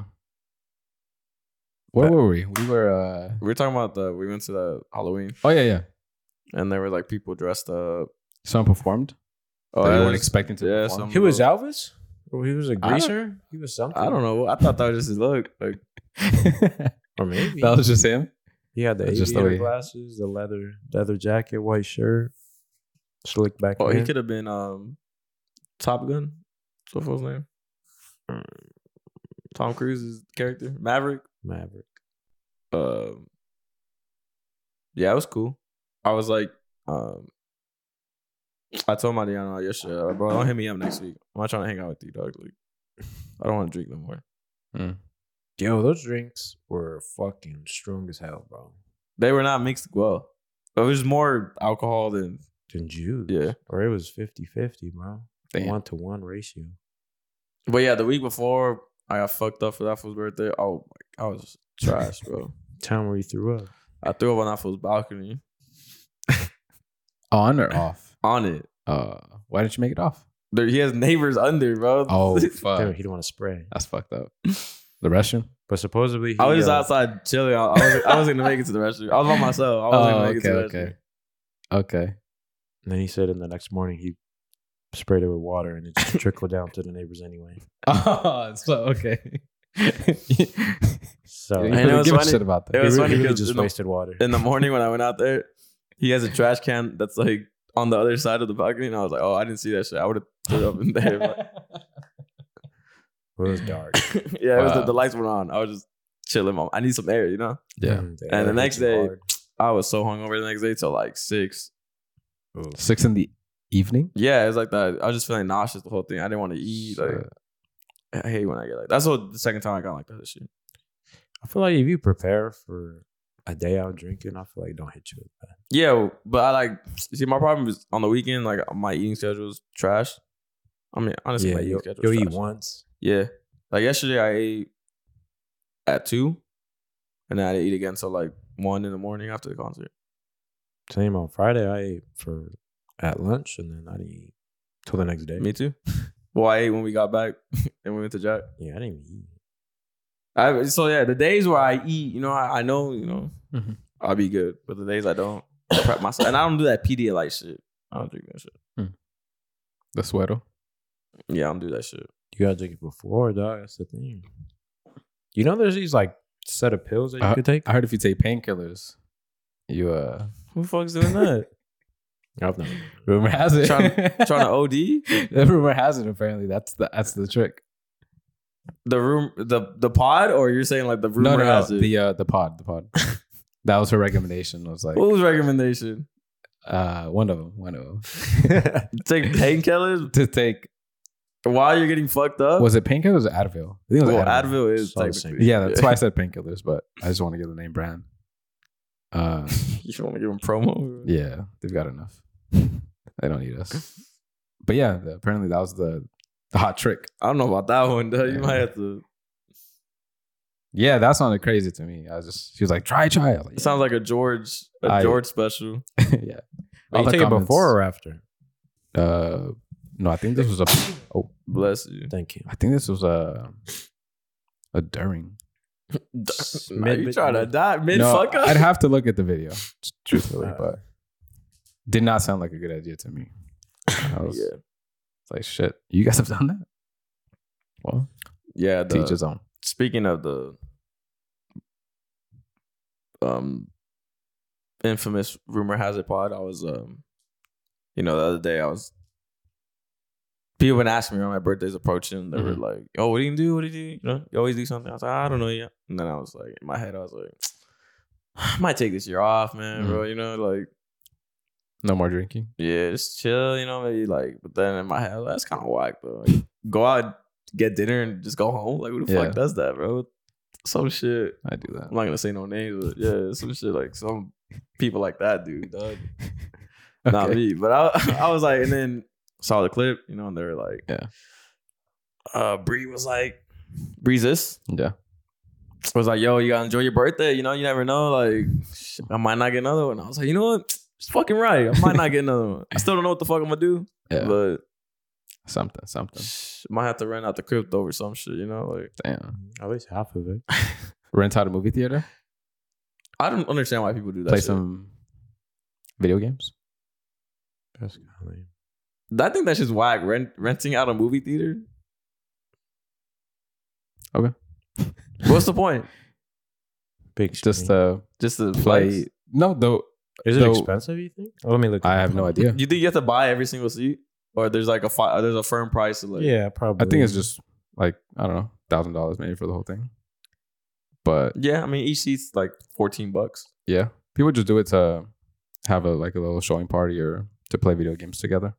Where
But-
were we? We were. uh
We were talking about the we went to the Halloween
Oh yeah, yeah.
and there were like people dressed up.
Someone performed.
Oh,
that you
yeah,
weren't expecting to.
yeah,
perform?
some- He was
Alvis? Or he was a
don't-
greaser? He was something.
I don't know. I thought that was just his look. Like
Or maybe.
that was just him.
he had the
that's just the
aviator
way-
glasses, the leather leather jacket, white shirt, slick back
oh, he
hair.
could have been um Top Gun. What's his name? Mm. Tom Cruise's character, Maverick.
Maverick.
um yeah it was cool i was like um i told Mariano yesterday like, bro don't hit me up next week i'm not trying to hang out with you dog like i don't want to drink no more
Yo, those drinks were fucking strong as hell, bro.
they were not mixed well it was more alcohol than
Than Jews.
Yeah.
Or it was 50-50, bro.
Damn.
One to one ratio.
but yeah the week before i got fucked up for that fool's birthday oh my i was trash bro
Time where you threw up.
i threw up on that fool's balcony
On or off?
on it
Uh, why didn't you make it off?
there, he has neighbors under bro
Oh
Uh,
Damn,
fuck,
he didn't want to spray.
that's fucked up. The restroom.
But supposedly he
I was just
uh,
outside chilling. I, I was, I wasn't gonna make it to the restroom. I was by myself. I wasn't
Oh,
gonna
okay,
make it to the restroom.
okay, okay.
And then he said, in the next morning he sprayed it with water, and it just trickled down to the neighbors anyway.
Oh, so okay. I
So
I know, it's
give a
funny.
shit about
It
that.
was
he
funny
really,
because
just
in the-
wasted water.
in the morning when I went out there, he has a trash can that's like on the other side of the balcony, and I was like, "Oh, I didn't see that shit. I would have threw up in there."
Well, it was dark.
yeah, it was the,
Wow.
the lights were on. I was just chilling. Mom. I need some air, you know.
Yeah.
And
the
air hit
next
you
day-
hard.
I was so hungover the next day till like six.
Six in the evening.
Yeah, it was like that. I was just feeling nauseous the whole thing. I didn't want to eat. Like,
Shit.
I hate when I get like. That's what the second time I got like that this year.
I feel like if you prepare for a day out drinking, I feel like it don't hit you. with that.
Yeah, but I like. you See, my problem is on the weekend. Like my eating schedule is trash. I mean, honestly,
Yeah,
my eating
you'll,
schedule.
you'll
is
eat
trash.
once.
Yeah. Like yesterday I ate at two and then I didn't eat again till like one in the morning after the concert.
Same on Friday, I ate for at lunch, and then I didn't eat till the next day.
Me too. Well, I ate when we got back and we went to Jack.
Yeah, I didn't even eat.
I, so yeah, the days where I eat, you know, I, I know, you know,
Mhm.
I'll be good. But the days I don't I prep myself and I don't do that Pedialyte shit. I don't drink that shit.
The suero.
Yeah, I don't do that shit.
You gotta drink it before, dog. That's the thing. You know, there's these like set of pills that you
Uh,
could take.
I heard if you take painkillers, you uh
Who the fuck's doing that?
I've never.
rumor has it.
Trying- Trying to OD?
the rumor has it. Apparently, that's the that's the trick.
The room the the pod or you're saying like the rumor
no, no, no.
has it?
The uh, the pod, the pod. that was her recommendation. I was like,
what was recommendation?
uh, one of them, one of them.
Take painkillers
to take
while you're getting fucked up?
was it painkillers or Advil? I think it was
Well, Oh, Advil is
It's all the
technically.
same.
Yeah, that's why I said painkillers, but I just want to get the name brand. Uh,
you want to give him promo?
yeah, they've got enough. they don't need us. But yeah, the- apparently that was the, the hot trick.
I don't know about that one, though. You
Yeah.
might have to.
Yeah, that sounded crazy to me. I was just she was like, try, try. I was
It sounds like a George, a
I-
George special.
like, yeah.
Wait,
All
you
the
take it
comments-
before or after?
Uh, no, I think this was a. Oh,
Bless you.
Thank you.
I think this was a. A during.
Now you
mid-
trying to
mid-
die mid
No,
fuck up?
I'd have to look at the video, truthfully,
Uh,
but did not sound like a good idea to me. I was-
yeah.
Like shit, you guys have done that. Well,
Yeah, the,
teach his own.
speaking of the um infamous rumor has it pod, I was um you know the other day I was people been asking me when my birthday's approaching. They were like, "Oh, what do you do? What do you do? You know, you always do something." I was like, "I don't know yet." And then I was like, in my head, I was like, "I might take this year off, man,
Mhm.
bro. You know, like."
No more drinking.
Yeah, just chill, you know, maybe like, but then in my head, like, that's kind of whack, bro. Like, go out, get dinner, and just go home. Like, who the
Yeah.
fuck does that, bro? Some shit.
I do that.
I'm not gonna say no names, but yeah, some shit like some people like that, dude. dog. Not
Okay.
me, but I, I was like, and then saw the clip, you know, and they were like,
Yeah.
Uh, Bree was like, Bree's this
Yeah.
was like, yo, you gotta enjoy your birthday. You know, you never know. Like, sh- I might not get another one. I was like, you know what? It's fucking right. I might not get another one. I still don't know what the fuck I'm gonna do,
Yeah.
but
something. Something.
sh- might have to rent out the crypto or some shit. You know, like
Damn.
At least half of it.
Rent out a movie theater.
I don't understand why people do that.
play
shit.
some video games.
That's kind of lame.
I think that's just whack. Rent renting out a movie theater.
Okay.
What's the point?
Big
Just uh,
screen.
to
Just to
play.
play.
No, though
is it
so-
expensive? You think? Oh, let me look.
I have no idea.
You think you have to buy every single seat, or there's like a fi- uh, there's a firm price to like.
yeah, probably.
I think it's just like I don't know, thousand dollars maybe for the whole thing. But
Yeah, I mean each seat's like fourteen bucks.
yeah, people just do it to have a like a little showing party or to play video games together.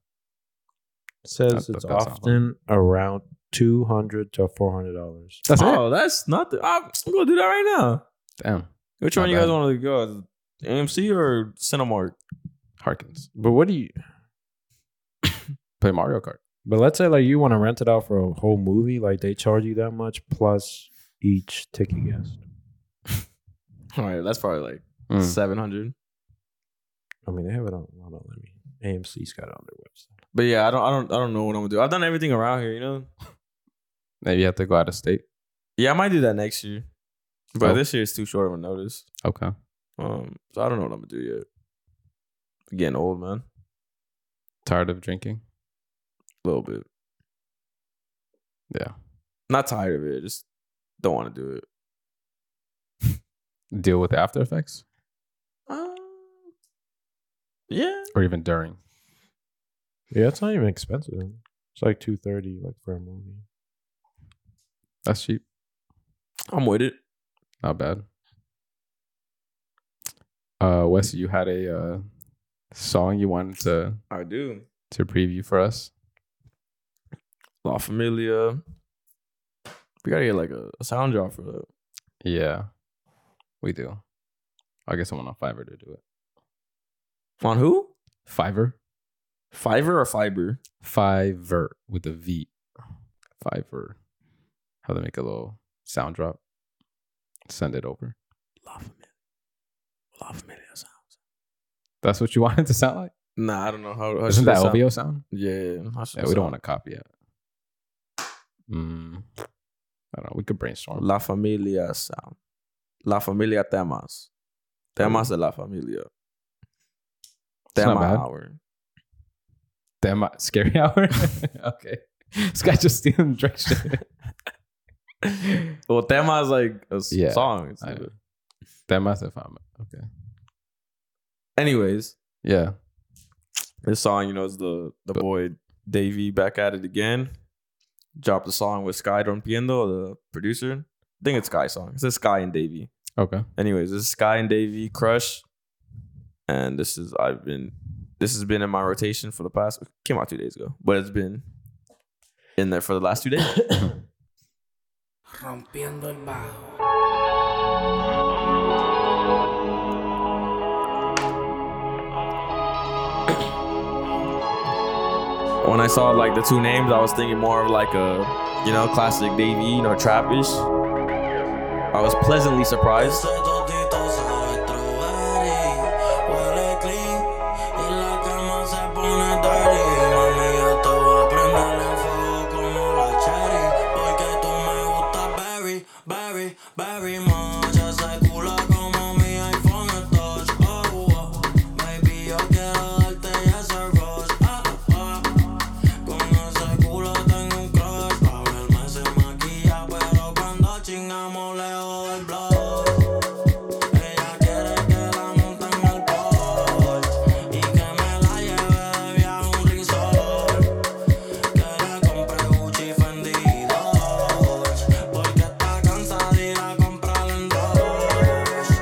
It
that-
says
that-
it's
that's not
often around two hundred to four hundred dollars.
That's
oh,
it.
that's nothing. I'm gonna do that right now.
Damn,
Which
Not
one you guys
bad.
want to go? AMC or Cinemark?
Harkins
But what do you?
play Mario Kart.
But let's say like you want to rent it out for a whole movie, like they charge you that much plus each ticket guest.
All right, that's probably like
Mm.
seven hundred.
I mean, they have it on. Hold on, let me. AMC's got it on their website.
But yeah, I don't, I don't, I don't know what I'm gonna do. I've done everything around here, you know.
Maybe you have to go out of state.
Yeah, I might do that next year, but
Oh.
this year is too short of a notice.
Okay,
Um, so I don't know what I'm gonna do yet. getting old, man.
tired of drinking.
A little bit.
Yeah,
Not tired of it. Just don't want to do it.
deal with the after effects
Um, yeah.
or even during.
Yeah, it's not even expensive. It's like two thirty, like for a movie.
That's cheap.
I'm with it.
Not bad. Uh, Wes, you had a uh, song you wanted to
I do.
to preview for us.
La Familia. We gotta get like a, a sound drop for that.
Yeah, we do. I guess someone on Fiverr to do it.
On who?
Fiverr,
Fiverr or Fiber?
Fiverr with a V. Fiverr. How they make a little sound drop. Send it over.
La Familia. La Familia sounds.
That's what you want it to sound like.
Nah, I don't know how. how
Isn't
should it
that
sound?
LVO sound?
Yeah, yeah, how should
Yeah,
it
we don't want
sound?
to copy it. Mm. I don't know. We could brainstorm.
La Familia sound. La Familia temas. Temas de la familia.
It's not
Tema
bad.
hour.
Damn, uh, scary hour. okay, this guy's just stealing direction.
Well, tema is like a s-
Yeah,
song. It's
I
like-
know. Damn, I said fine. Okay.
Anyways,
Yeah.
this song, you know, is the the
But-
boy Davey back at it again. Dropped the song with Sky Rompiendo, the producer. I think it's Sky song. It's a Sky and Davey.
Okay.
Anyways, this is Sky and Davey Crush, and this is I've been this has been in my rotation for the past came out two days ago, but it's been in there for the last two days.
Rompiendo el bajo.
when I saw like the two names, I was thinking more of like a you know classic Davey, you know trappish. I was pleasantly surprised.
Ese totito sabe strawberry, huele clean y la cama se pone dirty. Mami, yo te voy a prender el fuego como la cherry, porque tú me gustas berry, berry, berry much. Ese culo como mi iPhone touch, oh, oh. baby yo quiero darte ese rush, ah, ah. Con ese terminamos lejos del blog. Ella quiere que la monten al porch y que me la lleve de viaje a un resort. Que le compre Gucci y Fendi y Dodge, porque está cansada de ir a comprar en Dodge.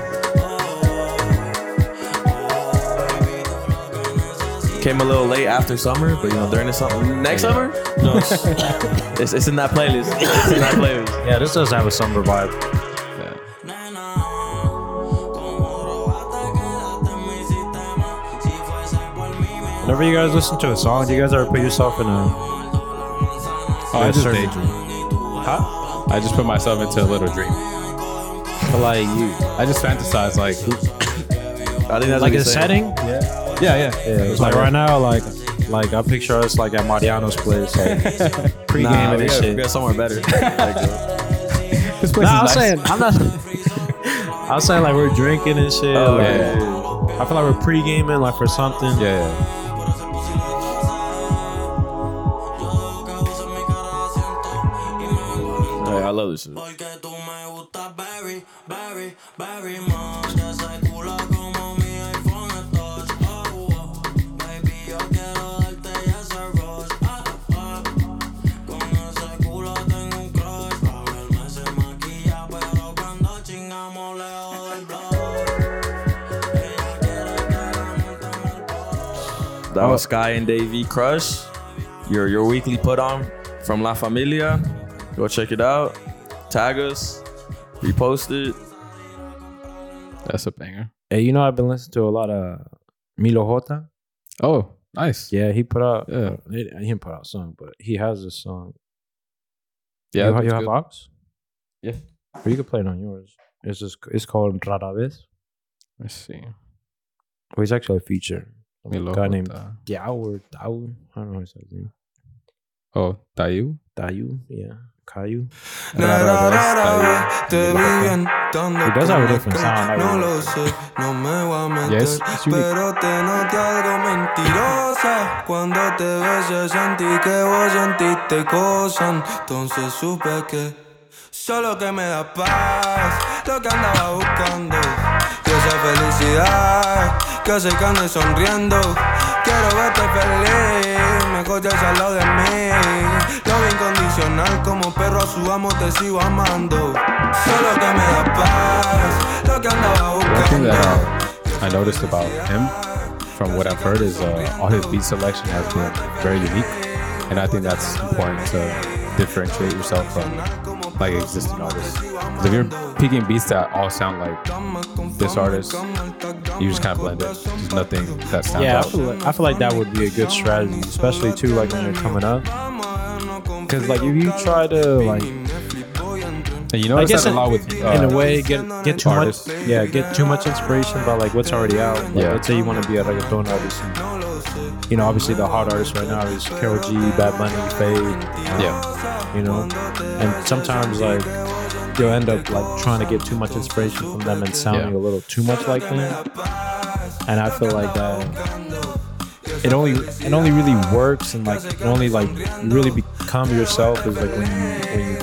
Came a little late after summer, but you know during the summer, next summer, no, it's, it's in that playlist. It's in that playlist.
Yeah, this does have a summer vibe.
Yeah.
Nena, como robaste quedaste en mi sistema. Si fuese por mí, me
Whenever you guys listen to a song, do you guys ever put yourself in a?
Oh, I just
certain-
daydream.
Huh?
I just put myself into a little dream.
But like you,
I just fantasize like,
I think that's what
like a
he's saying.
setting. Yeah.
yeah, yeah,
Yeah, it's like right now, like like I picture us like at Mariano's place, like pregame
Nah,
and
we
this
got, we
shit.
got somewhere better.
This place
Nah, I'm
is nice.
saying I'm not. I'm saying like we're drinking and shit.
Oh,
like,
yeah.
I feel like we're pre-gaming like for something.
Yeah, yeah.
Hey, I love this shit.
Porque tú me gustas, Barry, Barry, Barry Much. Ese culo como mi iPhone es touch. Oh, oh. Baby, yo quiero darte ese rush. Ah, ah. Con ese culo tengo un crush. Pa' verme se maquilla, pero cuando chingamos leo del blog. Ella quiere que la montemos al
That was Sky and Davey Crush. Your your weekly put on from La Familia. Go check it out. Tag us. Repost it.
That's a banger.
Hey, you know I've been listening to a lot of Milo Jota.
Oh, nice. Yeah,
Yeah, he put out.
Yeah.
He, he didn't put out a song, but he has a song.
yeah.
you,
that's
you have
good.
Ox.
Yeah.
Or you can play it on yours. It's just it's called Rara Vez.
Let's see.
Well, he's actually a feature.
Me
A
loco,
guy named
ta-
Diao or Dao. I don't know his last name.
Oh, Dayu.
Dayu, yeah. Caillou.
Rara vez, Dayu.
Te vi
It
inventando
does have a
con
different sound, I
aquel. No
really
lo
like
sé, no me voy a meter
Yes, it's unique.
Pero te noté algo mentirosa Cuando te besé sentí que vos sentiste cosas Entonces supe que Solo que me da paz Lo que andaba buscando Y esa felicidad Que se que ando sonriendo Quiero verte feliz Me escuchas al lado de mí Lo incondicional Como perro a su amo te sigo amando Solo que me da paz Lo que andaba
One thing
buscando
that uh, I noticed about him, from what I've heard, is uh, all his beat selection has been very unique, and I think that's important to differentiate yourself from like existing artists. 'Cause if you're picking beats that all sound like this artist, you just kind of blend it. There's nothing that sounds
Yeah, I
out.
feel, like, I feel like that would be a good strategy, especially too like when you're coming up. Because like if you try to like,
And you
I
notice
guess
that
in,
a lot with uh,
in a way get get too
artists.
much yeah get too much inspiration by like what's already out. Like,
Yeah.
Let's say you want to be a reggaeton artist. And, you know, obviously the hard artists right now is Karol G, Bad Bunny, Fade.
Yeah,
You know, and sometimes like you'll end up like trying to get too much inspiration from them and sounding
Yeah.
a little too much like them. And I feel like that it only it only really works and like it only like you really become yourself is like when you when you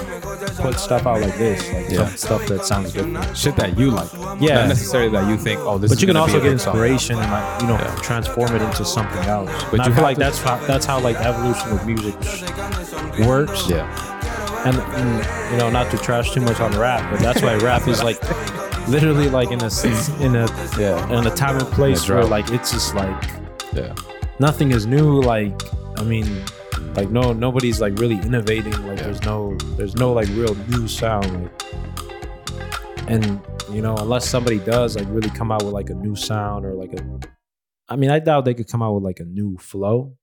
put stuff out like this, like
Yeah.
some stuff that sounds different.
shit that you like.
Yeah.
not necessarily that you think. Oh, this.
But
is
you can
gonna be
also
a
get
good song.
inspiration and like you know
Yeah.
transform it into something else. But
But
I
you
feel
have
like
to-
that's how, that's how like the evolution of music works.
Yeah,
and, and, you know not to trash too much on rap but that's why rap is like literally like in a s- in a
Yeah.
in a time and place
drought.
where like it's just like
yeah,
nothing is new like i mean like no nobody's like really innovating like
Yeah.
there's no there's no like real new sound like, and you know unless somebody does like really come out with like a new sound or like a i mean i doubt they could come out with like a new flow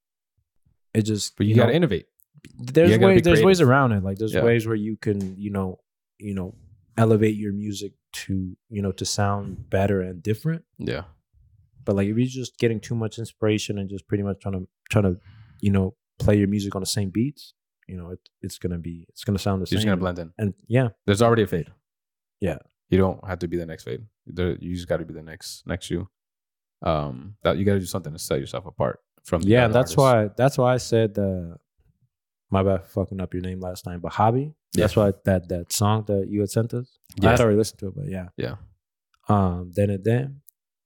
it just
but you,
know,
gotta innovate.
there's
gotta be
ways there's ways
creative.
around it like there's
Yeah.
ways where you can you know you know elevate your music to you know to sound better and different
Yeah,
but like if you're just getting too much inspiration and just pretty much trying to trying to you know play your music on the same beats you know it, it's gonna be it's gonna sound the
you're just
same
gonna blend in.
and yeah
There's already a fade.
Yeah.
You don't have to be the next fade. There, you just got to be the next next you. Um, that you got to do something to set yourself apart from. the
yeah
other artists.
that's why that's why i said uh my bad for fucking up your name last time but hobby That's why that that song that you had sent us. I had
Yeah.
already listened to it, but yeah.
Yeah.
Um, then and then.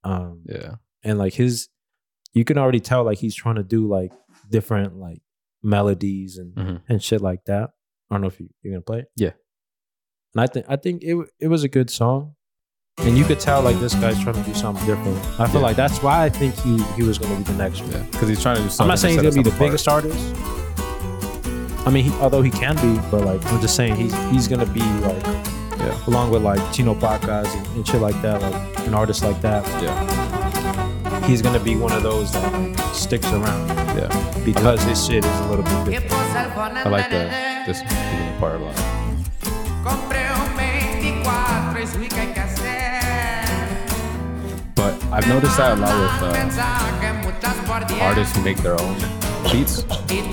Um
Yeah.
and like his you can already tell like he's trying to do like different like melodies and
Mhm.
and shit like that. I don't know if you, you're gonna play it.
Yeah.
And I think I think it w- it was a good song. And you could tell like this guy's trying to do something different. I feel
Yeah.
like that's why I think he he was gonna be the next one.
Yeah. Because he's trying to do something.
I'm not saying
to
he's
set
gonna be the
us apart.
biggest artist. I mean, he, although he can be, but like I'm just saying he's he's gonna be like,
Yeah.
along with like Chino Pacas and, and shit like that, like an artist like that.
Yeah.
He's gonna be one of those that like, sticks around
Yeah.
because his shit is a little bit different.
I like the this beginning part a lot.
Compré un 24, es lo que hay que hacer.
But I've noticed that a lot with uh,
Mensaje, mutas por
uh,
diez.
artists who make their own beats.
Y tu
You,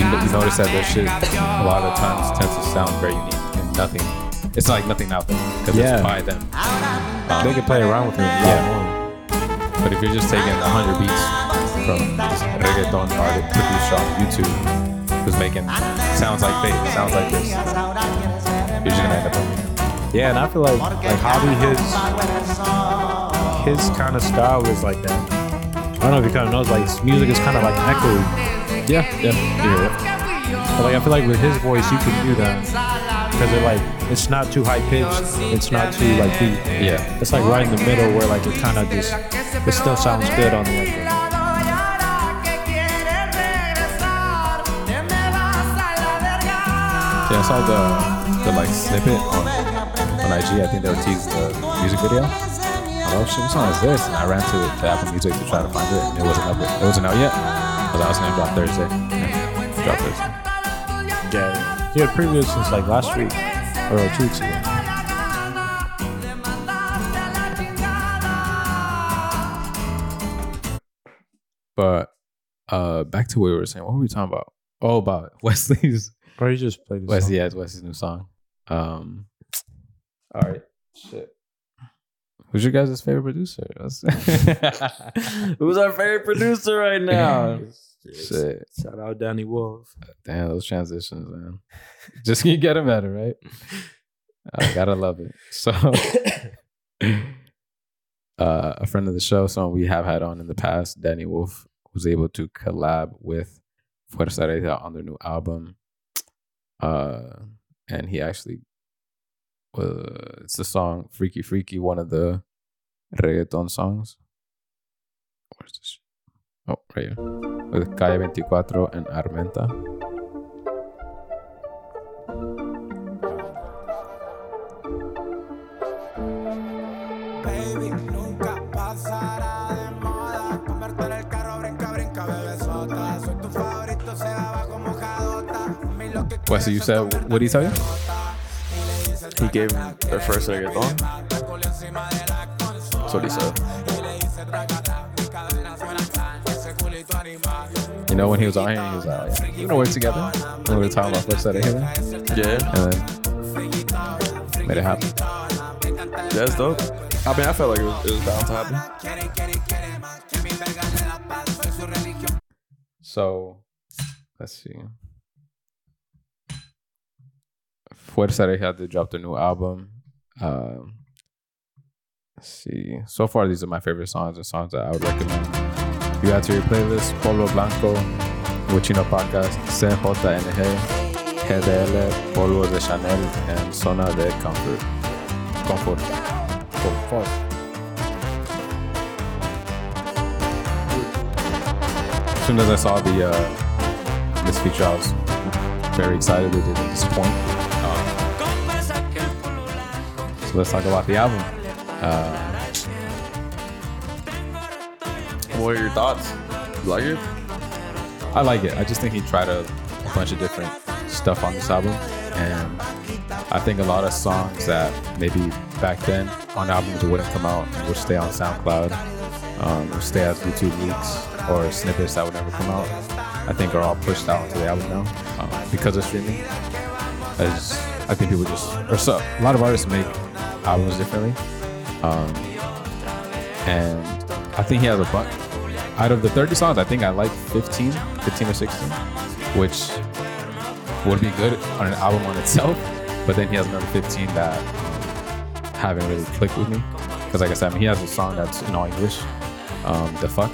amiga
you notice that their
hasta
shit
me
a
cambió.
lot of times tends to sound very unique and nothing. It's like nothing out there because
Yeah.
it's by them. Um,
They can play around with him. Yeah.
But if you're just taking 100 beats from this reggaeton artist producer on YouTube who's making sounds like this, sounds like this, you're just gonna end up with
Yeah, and I feel like like Hobby his his kind of style is like that. I don't know if you kind of knows like his music is kind of like echoey.
Yeah, yeah. You hear it.
But like I feel like with his voice you can do that. because it like it's not too high pitched, it's not too like deep.
Yeah.
It's like right in the middle where like it kind of just it still sounds good on the echo.
Y ahora que quieres regresar, te me vas a la verga.
Yeah, I saw the, the like snippet on, on IG. I think they were teasing the music video. I was like, oh shit, what song is this? And I ran to, to Apple Music to try to find it, and it wasn't up. yet. It wasn't out yet. Because I was gonna drop Thursday. Yeah, Drop Thursday.
Yeah, yeah. previous since like last week or two weeks ago.
But uh, back to what we were saying. What were we talking about? Oh, about Wesley's
Or you just played this.
Wesley, yeah, it's Wesley's new song. Um, all right, shit. Who's your guys' favorite producer? That's-
Who's our favorite producer right now?
shit,
Shout out Danny Wolf.
damn those transitions, man. Just you get them better, right? I gotta love it. So, uh, a friend of the show, someone we have had on in the past, Danny Wolf, was able to collab with Fuerza Regia on their new album. Uh, and he actually uh, it's the song Freaky Freaky, one of the reggaeton songs. Where's this? Oh, right here. With Calle 24 and Armenta.
Baby, nunca pasará de moda. Converte en el carro, brinca, brinca, bebé sota. Soy tu favorito, se daba como jadota. Mi lo que
Wait, so you said, what did he tell you?
He gave the first reggaeton. That's what he said.
You know, when he was on here, he was like, you know, we're together. And we were talking about Fuerza Regia.
Yeah,
And then made it happen.
that's dope. I mean, I felt like it was, it was bound to happen.
So, let's see. Fuerza Regia did drop their new album. Um, let's see. So far, these are my favorite songs and songs that I would recommend. You add to your playlist Polo Blanco, Wuchino Podcast, CJNG, GDL, Polvos de Chanel, and Zona de Comfort. Comfort. Comfort. As soon as I saw the uh, this feature, I was very excited. It didn't disappoint. Um, so let's talk about the album. Uh,
What are your thoughts? You like it?
I like it. I just think he tried a, a bunch of different stuff on this album, and I think a lot of songs that maybe back then on albums wouldn't come out and would stay on SoundCloud, um, would stay as YouTube leaks or snippets that would never come out. I think are all pushed out into the album now um, because of streaming. As I think people just or so a lot of artists make albums differently, um, and I think he has a bunch out of the 30 songs, I think I like 15, 15 or 16, which would be good on an album on itself. But then he has another 15 that haven't really clicked with me. Because, like I said, I mean, he has a song that's in all English, um, The Fuck.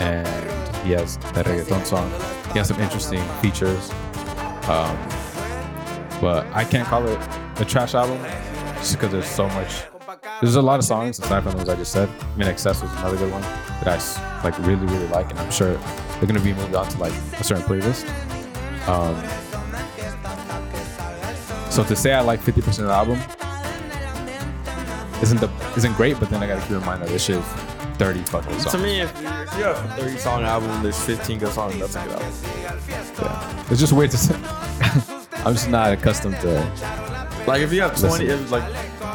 And he has that reggaeton song. He has some interesting features. Um, but I can't call it a trash album just because there's so much. There's a lot of songs aside from those I just said. I mean, Excess was another good one that I s- like really, really like, and I'm sure they're gonna be moved on to like a certain playlist. Um, so to say I like 50% of the album isn't the isn't great, but then I gotta keep in mind that this shit is 30 fucking songs.
To me, if you, if you have a 30 song album, there's 15 good songs. That's a good album.
It's just weird to say. I'm just not accustomed to.
Like if you have 20,
Listen.
if like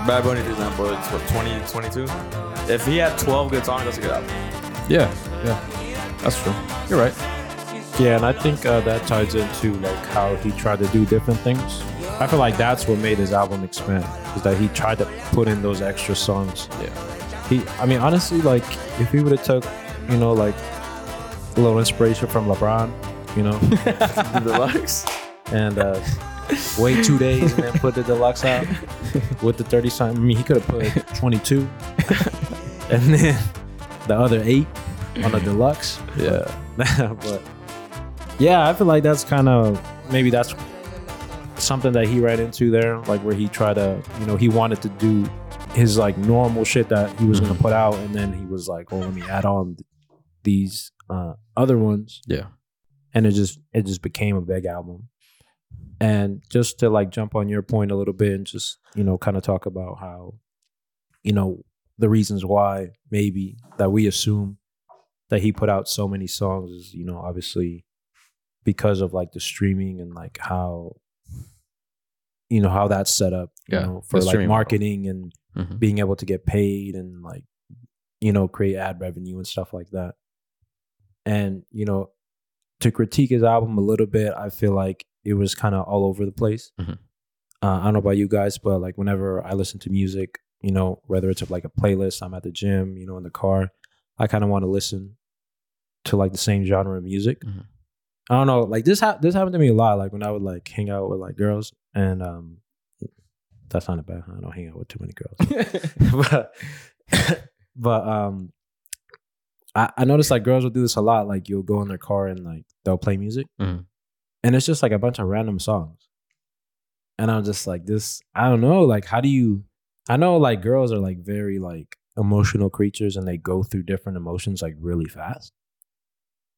Bad Bunny for example, it's what 20, 22. If he had 12 good songs, that's a good album.
Yeah, yeah, that's true. You're right.
Yeah, and I think uh, that ties into like how he tried to do different things. I feel like that's what made his album expand, is that he tried to put in those extra songs. Yeah. He, I mean, honestly, like if he would have took, you know, like a little inspiration from LeBron, you know,
Deluxe.
and uh, wait two days and then put the deluxe out with the thirty something. I mean, he could have put twenty two, and then the other eight on the deluxe.
Yeah.
but yeah, I feel like that's kind of maybe that's something that he ran into there, like where he tried to, you know, he wanted to do his like normal shit that he was gonna put out, and then he was like, "Oh, let me add on th- these uh, other ones,"
Yeah.
and it just it just became a big album. And just to like jump on your point a little bit, and just you know, kind of talk about how, you know, the reasons why maybe that we assume that he put out so many songs is you know obviously because of like the streaming and like how you know how that's set up you
Yeah,
know,
the
for like
streaming model.
marketing and
Mhm.
being able to get paid and like you know create ad revenue and stuff like that and you know to critique his album a little bit i feel like it was kind of all over the place
Mhm.
uh, i don't know about you guys but like whenever i listen to music you know whether it's like a playlist i'm at the gym you know in the car i kind of want to listen to like the same genre of music
Mhm.
i don't know like this ha- this happened to me a lot like when i would like hang out with like girls and um that's not a bad i don't hang out with too many girls but but um I, I noticed like girls will do this a lot like you'll go in their car and like they'll play music
Mhm.
and it's just like a bunch of random songs and i'm just like this i don't know like how do you i know like girls are like very like emotional creatures and they go through different emotions like really fast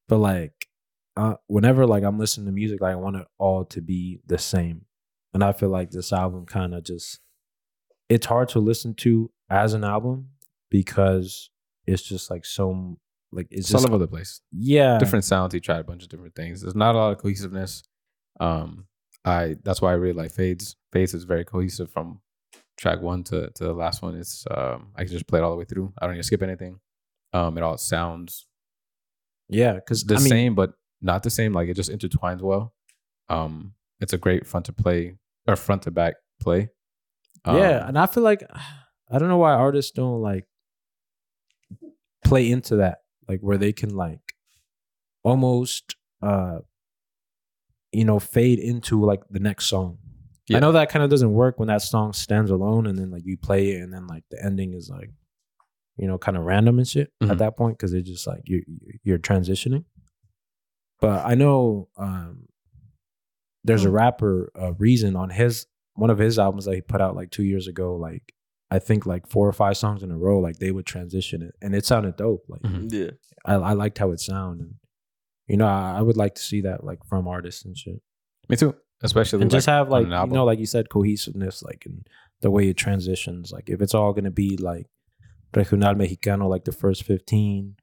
but like uh, whenever like i'm listening to music like i want it all to be the same and i feel like this album kind of just it's hard to listen to as an album because it's just like so like it's
It's
just
all over the place.
yeah
different sounds. He tried a bunch of different things. There's not a lot of cohesiveness. Um, I that's why I really like Fades. Fades is very cohesive from track one to, to the last one. It's um, I can just play it all the way through. I don't need to skip anything. Um, it all sounds
yeah because
the
I mean,
same, but not the same. Like it just intertwines well. Um, it's a great front to play or front to back play. Um,
yeah and i feel like i don't know why artists don't like play into that like where they can like almost uh you know fade into like the next song
Yeah.
i know that kind of doesn't work when that song stands alone and then like you play it and then like the ending is like you know kind of random and shit
Mhm.
at that point because it's just like you're you're transitioning but i know um there's
Hmm.
a rapper uh, reason on his one of his albums that he put out like two years ago like i think like four or five songs in a row like they would transition it and it sounded dope like
Mhm.
Yeah.
I, I liked how it sounded. And, you know, I, I would like to see that like from artists and shit,
me too. Especially
and just have
on
like
an
you
album.
know, like you said, cohesiveness, like and the way it transitions. Like if it's all gonna be like regional mexicano, like the first fifteen,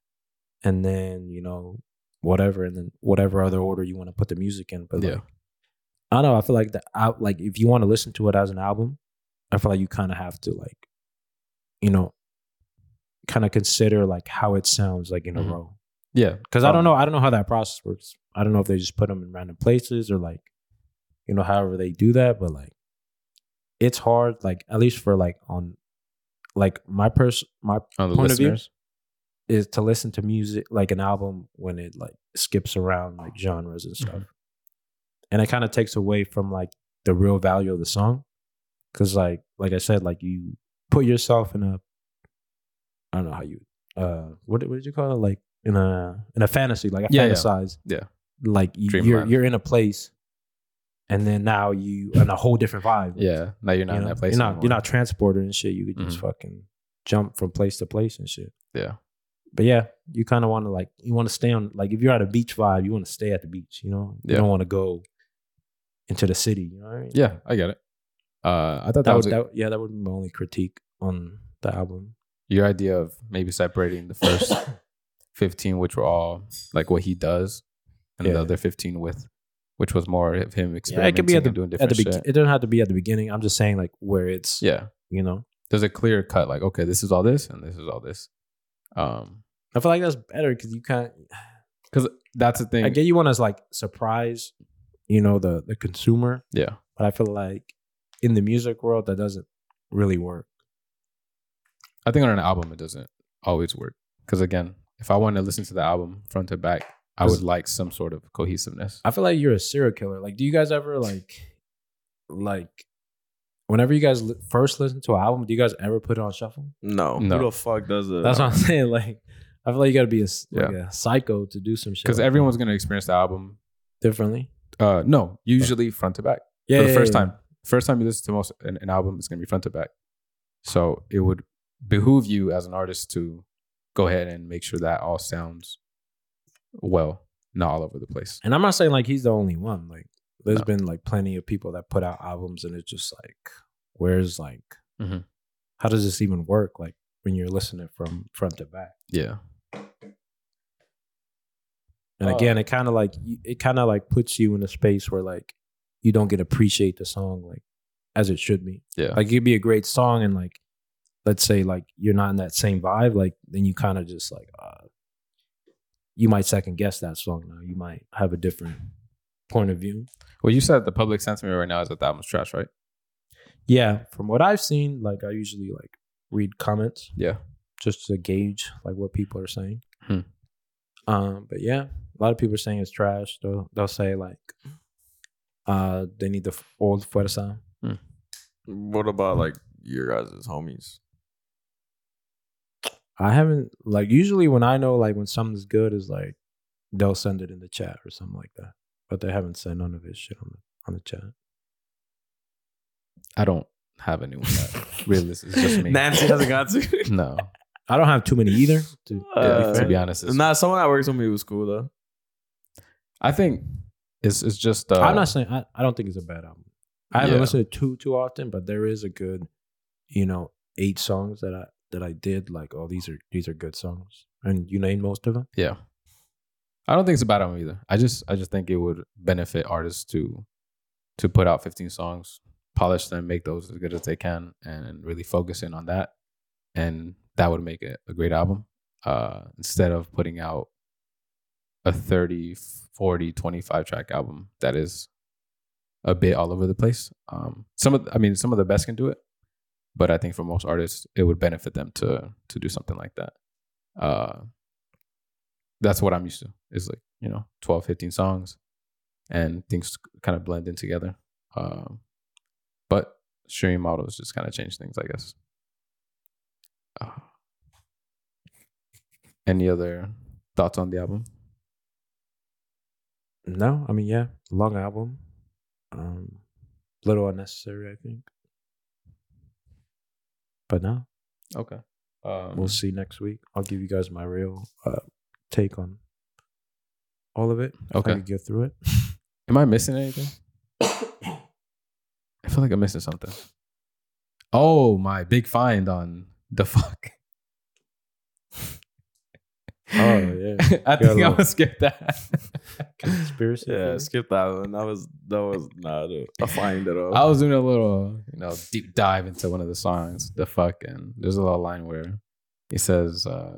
and then you know whatever, and then whatever other order you want to put the music in. But
Yeah.
like, I don't know. I feel like the out like if you want to listen to it as an album, I feel like you kind of have to like, you know, kind of consider like how it sounds like in
Mhm.
a row.
yeah,
Because I don't know, I don't know how that process works. I don't know if they just put them in random places or like, you know, however they do that. But like, it's hard. Like at least for like on, like my pers my
on the
point of view.
listeners.
is to listen to music like an album when
Mm-hmm.
it like skips around like genres and stuff, and it kind of takes away from like the real value of the song. Cause like like I said, like you put yourself in a I don't know how you uh what did- what did you call it? Like in a in a fantasy, like I
Yeah, yeah.
fantasize.
Yeah.
Like you, you're
Dreamland.
you're in a place and then now you in a whole different vibe.
Yeah. Now you're not
you
in
know?
that place.
You're not
anymore. Mm-hmm.
you're not transporter and shit. You could just fucking jump from place to place and shit.
Yeah.
But yeah, you kind of want to like you want to stay on like if you're at a beach vibe, you want to stay at the beach. You know, you
Yeah.
don't want to go into the city. You know what I mean?
Yeah, I get it. Uh, I thought that,
that
was
would
a-
that, yeah that would be my only critique on the album.
your idea of maybe separating the first 15, which were all like what he does, and the
Yeah.
other 15 with, which was more of him
Yeah,
experimenting
it could be at the,
and doing
at
different
the be-
shit.
it doesn't have to be at the beginning. I'm just saying like where it's
yeah.
you know
There's a clear cut, like, okay, this is all this, and this is all this. Um,
I feel like that's better because you can't.
because that's the thing.
I get you want to like surprise, you know the the consumer,
yeah.
but I feel like in the music world that doesn't really work.
I think on an album, it doesn't always work. Because again, if I want to listen to the album front to back, I would like some sort of cohesiveness.
I feel like you're a serial killer. Like, do you guys ever like, like, whenever you guys li- first listen to an album, do you guys ever put it on shuffle?
No.
No.
Who the fuck does that?
That's what
Uh.
I'm saying. Like, I feel like you got to be a, s- like a psycho to do some shit.
Because
like
everyone's going to experience the album.
that. differently.
Uh, no, usually front to back.
Yeah,
for the first time. First time you listen to most an, an album, it's gonna be front to back. So it would behoove you as an artist to go ahead and make sure that all sounds well, not all over the place.
And I'm not saying like he's the only one. Like, there's
No.
been like plenty of people that put out albums, and it's just like, where's like,
Mhm.
how does this even work? Like when you're listening from front to back.
Yeah,
And
Uh,
again, it kind of like you- it kind of like puts you in a space where like you don't get to appreciate the song like as it should be.
yeah,
Like it'd be a great song, and like let's say like you're not in that same vibe, like then you kind of just like uh, you might second guess that song now. You might have a different point of view.
Well, you said the public sentiment right now is that the album's trash, right?
Yeah, from what I've seen, like I usually like read comments
Yeah,
just to gauge like what people are saying.
Hmm.
Um, but yeah, a lot of people are saying it's trash. They'll they'll say like, uh, they need the f- old fuerza.
what about like your guys' homies?
I haven't like usually when I know like when something's good is like they'll send it in the chat or something like that, but they haven't sent none of this shit on the on the chat.
I don't have anyone that really. It's just me.
Nancy hasn't got to.
no,
I don't have too many either. To,
Yeah,
Uh,
to be honest, it's,
nah, someone that works with me was cool though.
I think it's it's just. Uh,
I'm not saying I, I don't think it's a bad album. I haven't
Yeah.
listened to too too often, but there is a good, you know, eight songs that I that I did like. Oh, these are these are good songs, and you named most of them.
Yeah. I don't think it's a bad album either. I just I just think it would benefit artists to to put out 15 songs, polish them, make those as good as they can, and really focus in on that. And that would make it a great album. Uh, instead of putting out a 30, 40, 25 track album that is a bit all over the place. Um, some of I mean some of the best can do it, but I think for most artists it would benefit them to to do something like that. Uh, that's what I'm used to. Is like, you know, 12, 15 songs and things kind of blend in together. Um, but streaming models just kind of change things, I guess. Uh, any other thoughts on the album?
No, I mean, yeah, long album, um, little unnecessary, I think. But no,
Okay. Um,
we'll see next week. I'll give you guys my real uh, take on all of it. if I
Okay.
could get through it.
Am I missing anything? I feel like I'm missing something. Oh, my big find on the fuck.
Oh yeah,
I
Got a
think I
little-
would skip that.
conspiracy.
Yeah,
theory?
skip that one. That was that was not a, a find at all.
I was doing a little, you know, deep dive into one of the songs, the fuck, and there's a little line where he says, uh,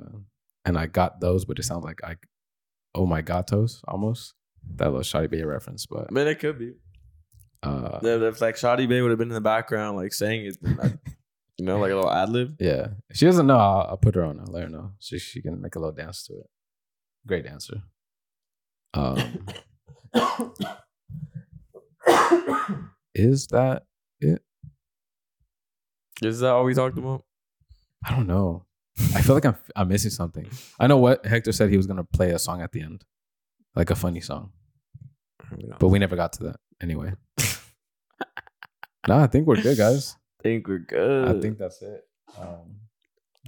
and I got those, but it sounds like I, oh my gatos, almost. That little Shotty Bay reference, but
I mean, it could be.
uh,
If, if, like Shoddy Bay would have been in the background, like saying it, then I- you know, like a little ad lib.
yeah, if she doesn't know, I'll, I'll put her on. I'll let her know. She, she can make a little dance to it. Great dancer. Um, Is that
Is that all we talked about?
I don't know. I feel like I'm I'm missing something. I know what Hector said he was gonna play a song at the end, like a funny song, but we never got to that anyway. nah, I think we're good, guys.
think we're good.
I think that's it. Um,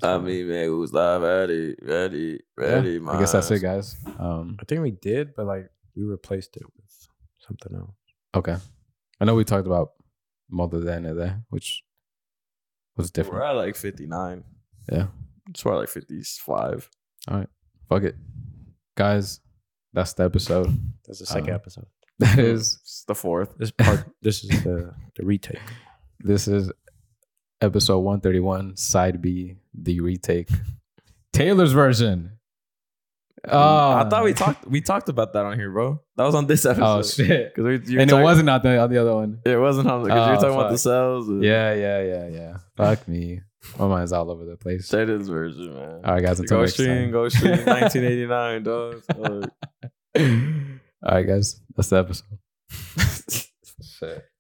I mean, me gusta, ready, ready, ready.
yeah, I guess that's it, guys. Um,
I think we did, but like we replaced it with something else.
okay, I know we talked about Mother Than there, which was
We're
different.
at like 59.
Yeah.
It's probably like 55.
Fuck it, guys. That's the episode.
That's the second
Uh,
episode.
That is
It's the fourth.
Um, This part, this is the the retake.
This is episode 131, side B, the retake. Taylor's version. Oh.
I thought we talked we talked about that on here, bro. That was on this episode.
Oh shit.
'Cause we- you were
And it
talking-
wasn't on the, on the other one.
It wasn't on because you
Oh,
were talking about the
fuck.
cells. and-
Yeah, yeah, yeah, yeah. Fuck me. My mind's all over the place. All
That is version, man. "Oh,
right, guys. Until
Go
next
stream,
time.
go stream. 1989, dog. Fuck.
All right, guys. That's the episode. shit.